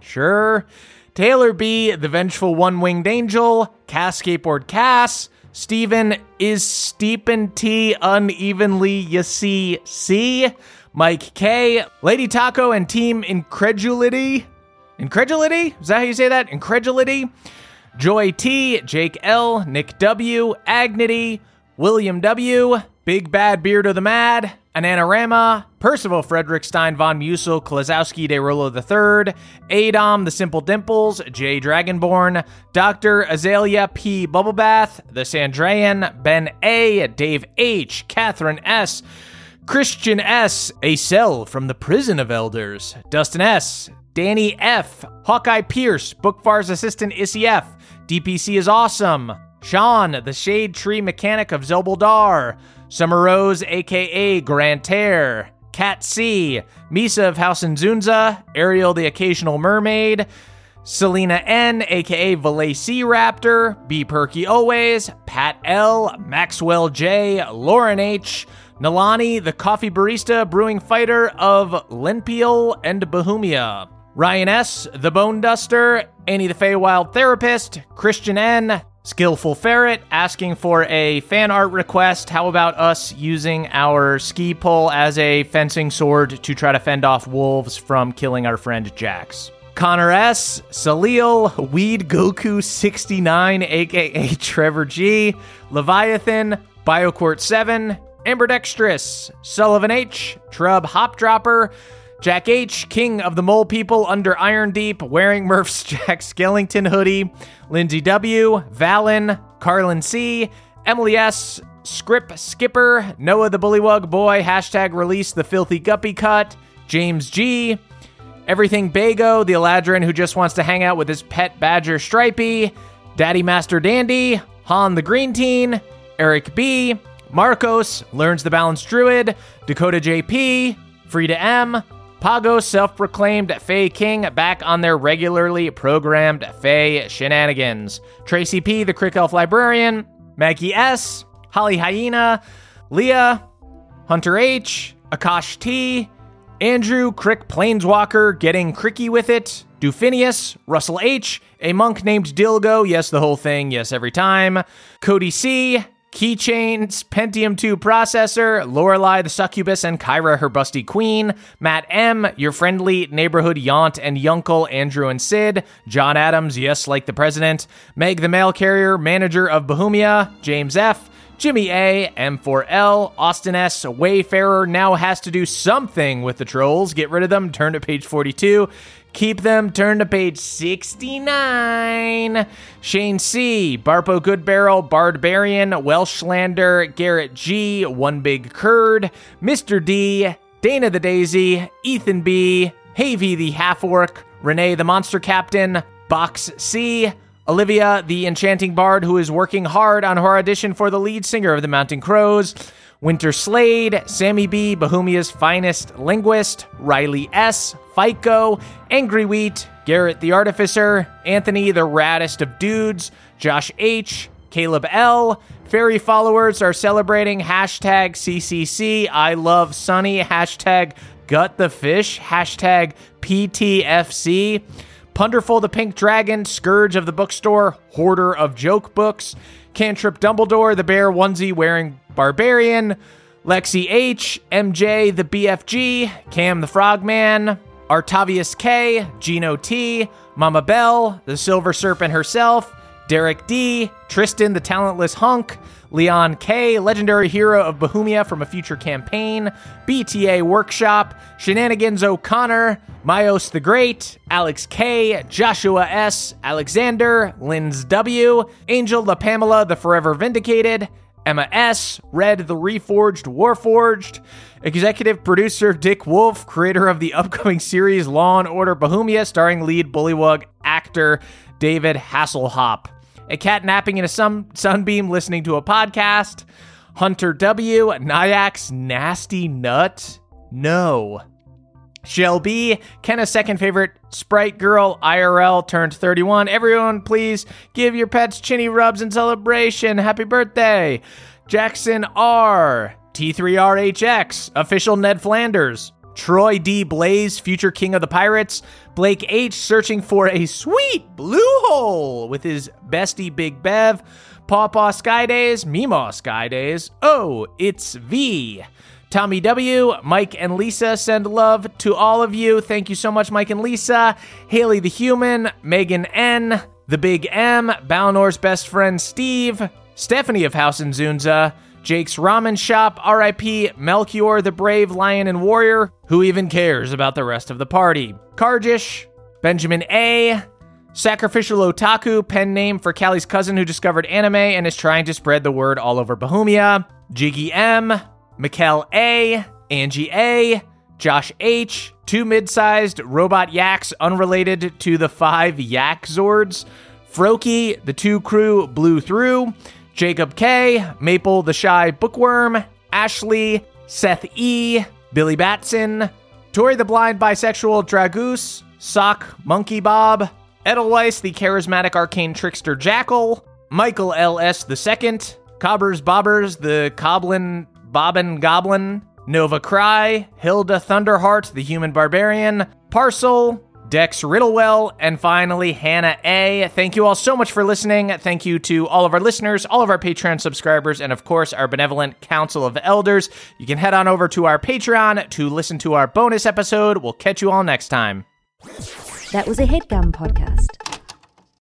Sure. Taylor B, The Vengeful One Winged Angel, Cass Skateboard Cass, Steven is steepin' T unevenly, you see, C, Mike K, Lady Taco and Team Incredulity. Incredulity? Is that how you say that? Incredulity? Joy T, Jake L, Nick W, Agnity, William W, Big Bad Beard of the Mad, Ananarama, Percival Frederick Stein von Musel, Klazowski de Rolo III, Adam the Simple Dimples, J Dragonborn, Dr. Azalea P. Bubblebath, The Sandrayan, Ben A, Dave H, Catherine S, Christian S., a cell from the prison of elders. Dustin S., Danny F., Hawkeye Pierce, Bookfar's assistant Issy F., DPC is awesome. Sean, the shade tree mechanic of Zelboldar. Summer Rose, aka Grand Tear. Cat C., Misa of House and Zunza. Ariel, the occasional mermaid. Selena N, aka Valet C Raptor, B Perky Always, Pat L, Maxwell J, Lauren H, Nalani, the coffee barista brewing fighter of Lenpeel and Bohemia, Ryan S, the Bone Duster, Annie the Feywild Therapist, Christian N, Skillful Ferret asking for a fan art request. How about us using our ski pole as a fencing sword to try to fend off wolves from killing our friend Jax? Connor S, Salil, Weed Goku 69, aka Trevor G, Leviathan, Bioquart 7, Ambidextrous, Sullivan H, Trub Hopdropper, Jack H, King of the Mole People under Iron Deep, wearing Murph's (laughs) Jack Skellington hoodie, Lindsay W, Valen, Carlin C, Emily S, Scrip Skipper, Noah the Bullywug Boy, hashtag release the filthy guppy cut, James G, Everything Bago, the Eladrin who just wants to hang out with his pet badger Stripey, Daddy Master Dandy, Han the Green Teen, Eric B, Marcos, Learns the Balanced Druid, Dakota JP, Frida M, Pago self proclaimed Fae King back on their regularly programmed Fae shenanigans, Tracy P, the Crick Elf Librarian, Maggie S, Holly Hyena, Leah, Hunter H, Akash T, Andrew Crick Planeswalker getting cricky with it, Dufinius, Russell H, a monk named Dilgo, yes, the whole thing, yes, every time, Cody C, Keychain's Pentium 2 processor, Lorelei the succubus and Kyra her busty queen, Matt M, your friendly neighborhood yaunt and yunkle Andrew and Sid, John Adams, yes like the president, Meg the mail carrier, manager of Bohemia, James F, Jimmy A, M4L, Austin S, Wayfarer now has to do something with the trolls. Get rid of them, turn to page 42. Keep them, turn to page 69. Shane C, Barpo Goodbarrel, Bardbarian, Welshlander, Garrett G, One Big Curd, Mr. D, Dana the Daisy, Ethan B, Havy the Half Orc, Renee the Monster Captain, Box C, Olivia the Enchanting Bard, who is working hard on her audition for the lead singer of the Mountain Crows, Winter Slade, Sammy B, Bohemia's finest linguist, Riley S, FICO, Angry Wheat, Garrett the Artificer, Anthony the raddest of dudes, Josh H, Caleb L. Fairy followers are celebrating hashtag CCC. I love Sunny. Hashtag gut the fish. Hashtag PTFC. Punderful the Pink Dragon, Scourge of the Bookstore, Hoarder of Joke Books, Cantrip Dumbledore, the Bear Onesie Wearing Barbarian, Lexi H, MJ the BFG, Cam the Frogman, Artavius K, Gino T, Mama Bell, the Silver Serpent herself, Derek D, Tristan the Talentless Hunk, Leon K, legendary hero of Bohemia from a future campaign, BTA Workshop, Shenanigans O'Connor, Myos the Great, Alex K, Joshua S, Alexander, Linz W, Angel La Pamela the Forever Vindicated, Emma S, Red the Reforged Warforged, executive producer Dick Wolf, creator of the upcoming series Law and Order Bohemia, starring lead bullywug actor David Hasselhoff. A cat napping in a sun- sunbeam listening to a podcast. Hunter W, Nyack's Nasty Nut. No. Shelby, Kenna's second favorite Sprite girl, IRL, turned 31. Everyone, please give your pets chinny rubs in celebration. Happy birthday. Jackson R, T3RHX, official Ned Flanders. Troy D. Blaze, future king of the pirates. Blake H, searching for a sweet blue hole with his bestie Big Bev. Pawpaw Sky Days, Meemaw Sky Days. Oh, it's V. Tommy W, Mike and Lisa send love to all of you. Thank you so much, Mike and Lisa. Haley the Human, Megan N, The Big M, Balnor's best friend Steve, Stephanie of House and Zunza, Jake's Ramen Shop, RIP, Melchior the Brave Lion and Warrior, who even cares about the rest of the party? Karjish, Benjamin A, Sacrificial Otaku, pen name for Callie's cousin who discovered anime and is trying to spread the word all over Bohemia. Jiggy M, Mikkel A, Angie A, Josh H, two mid-sized robot yaks unrelated to the five yak zords. Froki, the two crew blew through. Jacob K, Maple the shy bookworm. Ashley, Seth E, Billy Batson, Tori the blind bisexual dragoose. Sock Monkey Bob, Edelweiss, the charismatic arcane trickster Jackal, Michael L.S. the second, Cobbers Bobbers, the Coblin Bobbin Goblin, Nova Cry, Hilda Thunderheart, the human barbarian, Parcel, Dex Riddlewell, and finally Hannah A. Thank you all so much for listening. Thank you to all of our listeners, all of our Patreon subscribers, and of course our benevolent Council of Elders. You can head on over to our Patreon to listen to our bonus episode. We'll catch you all next time.
That was a headgum podcast.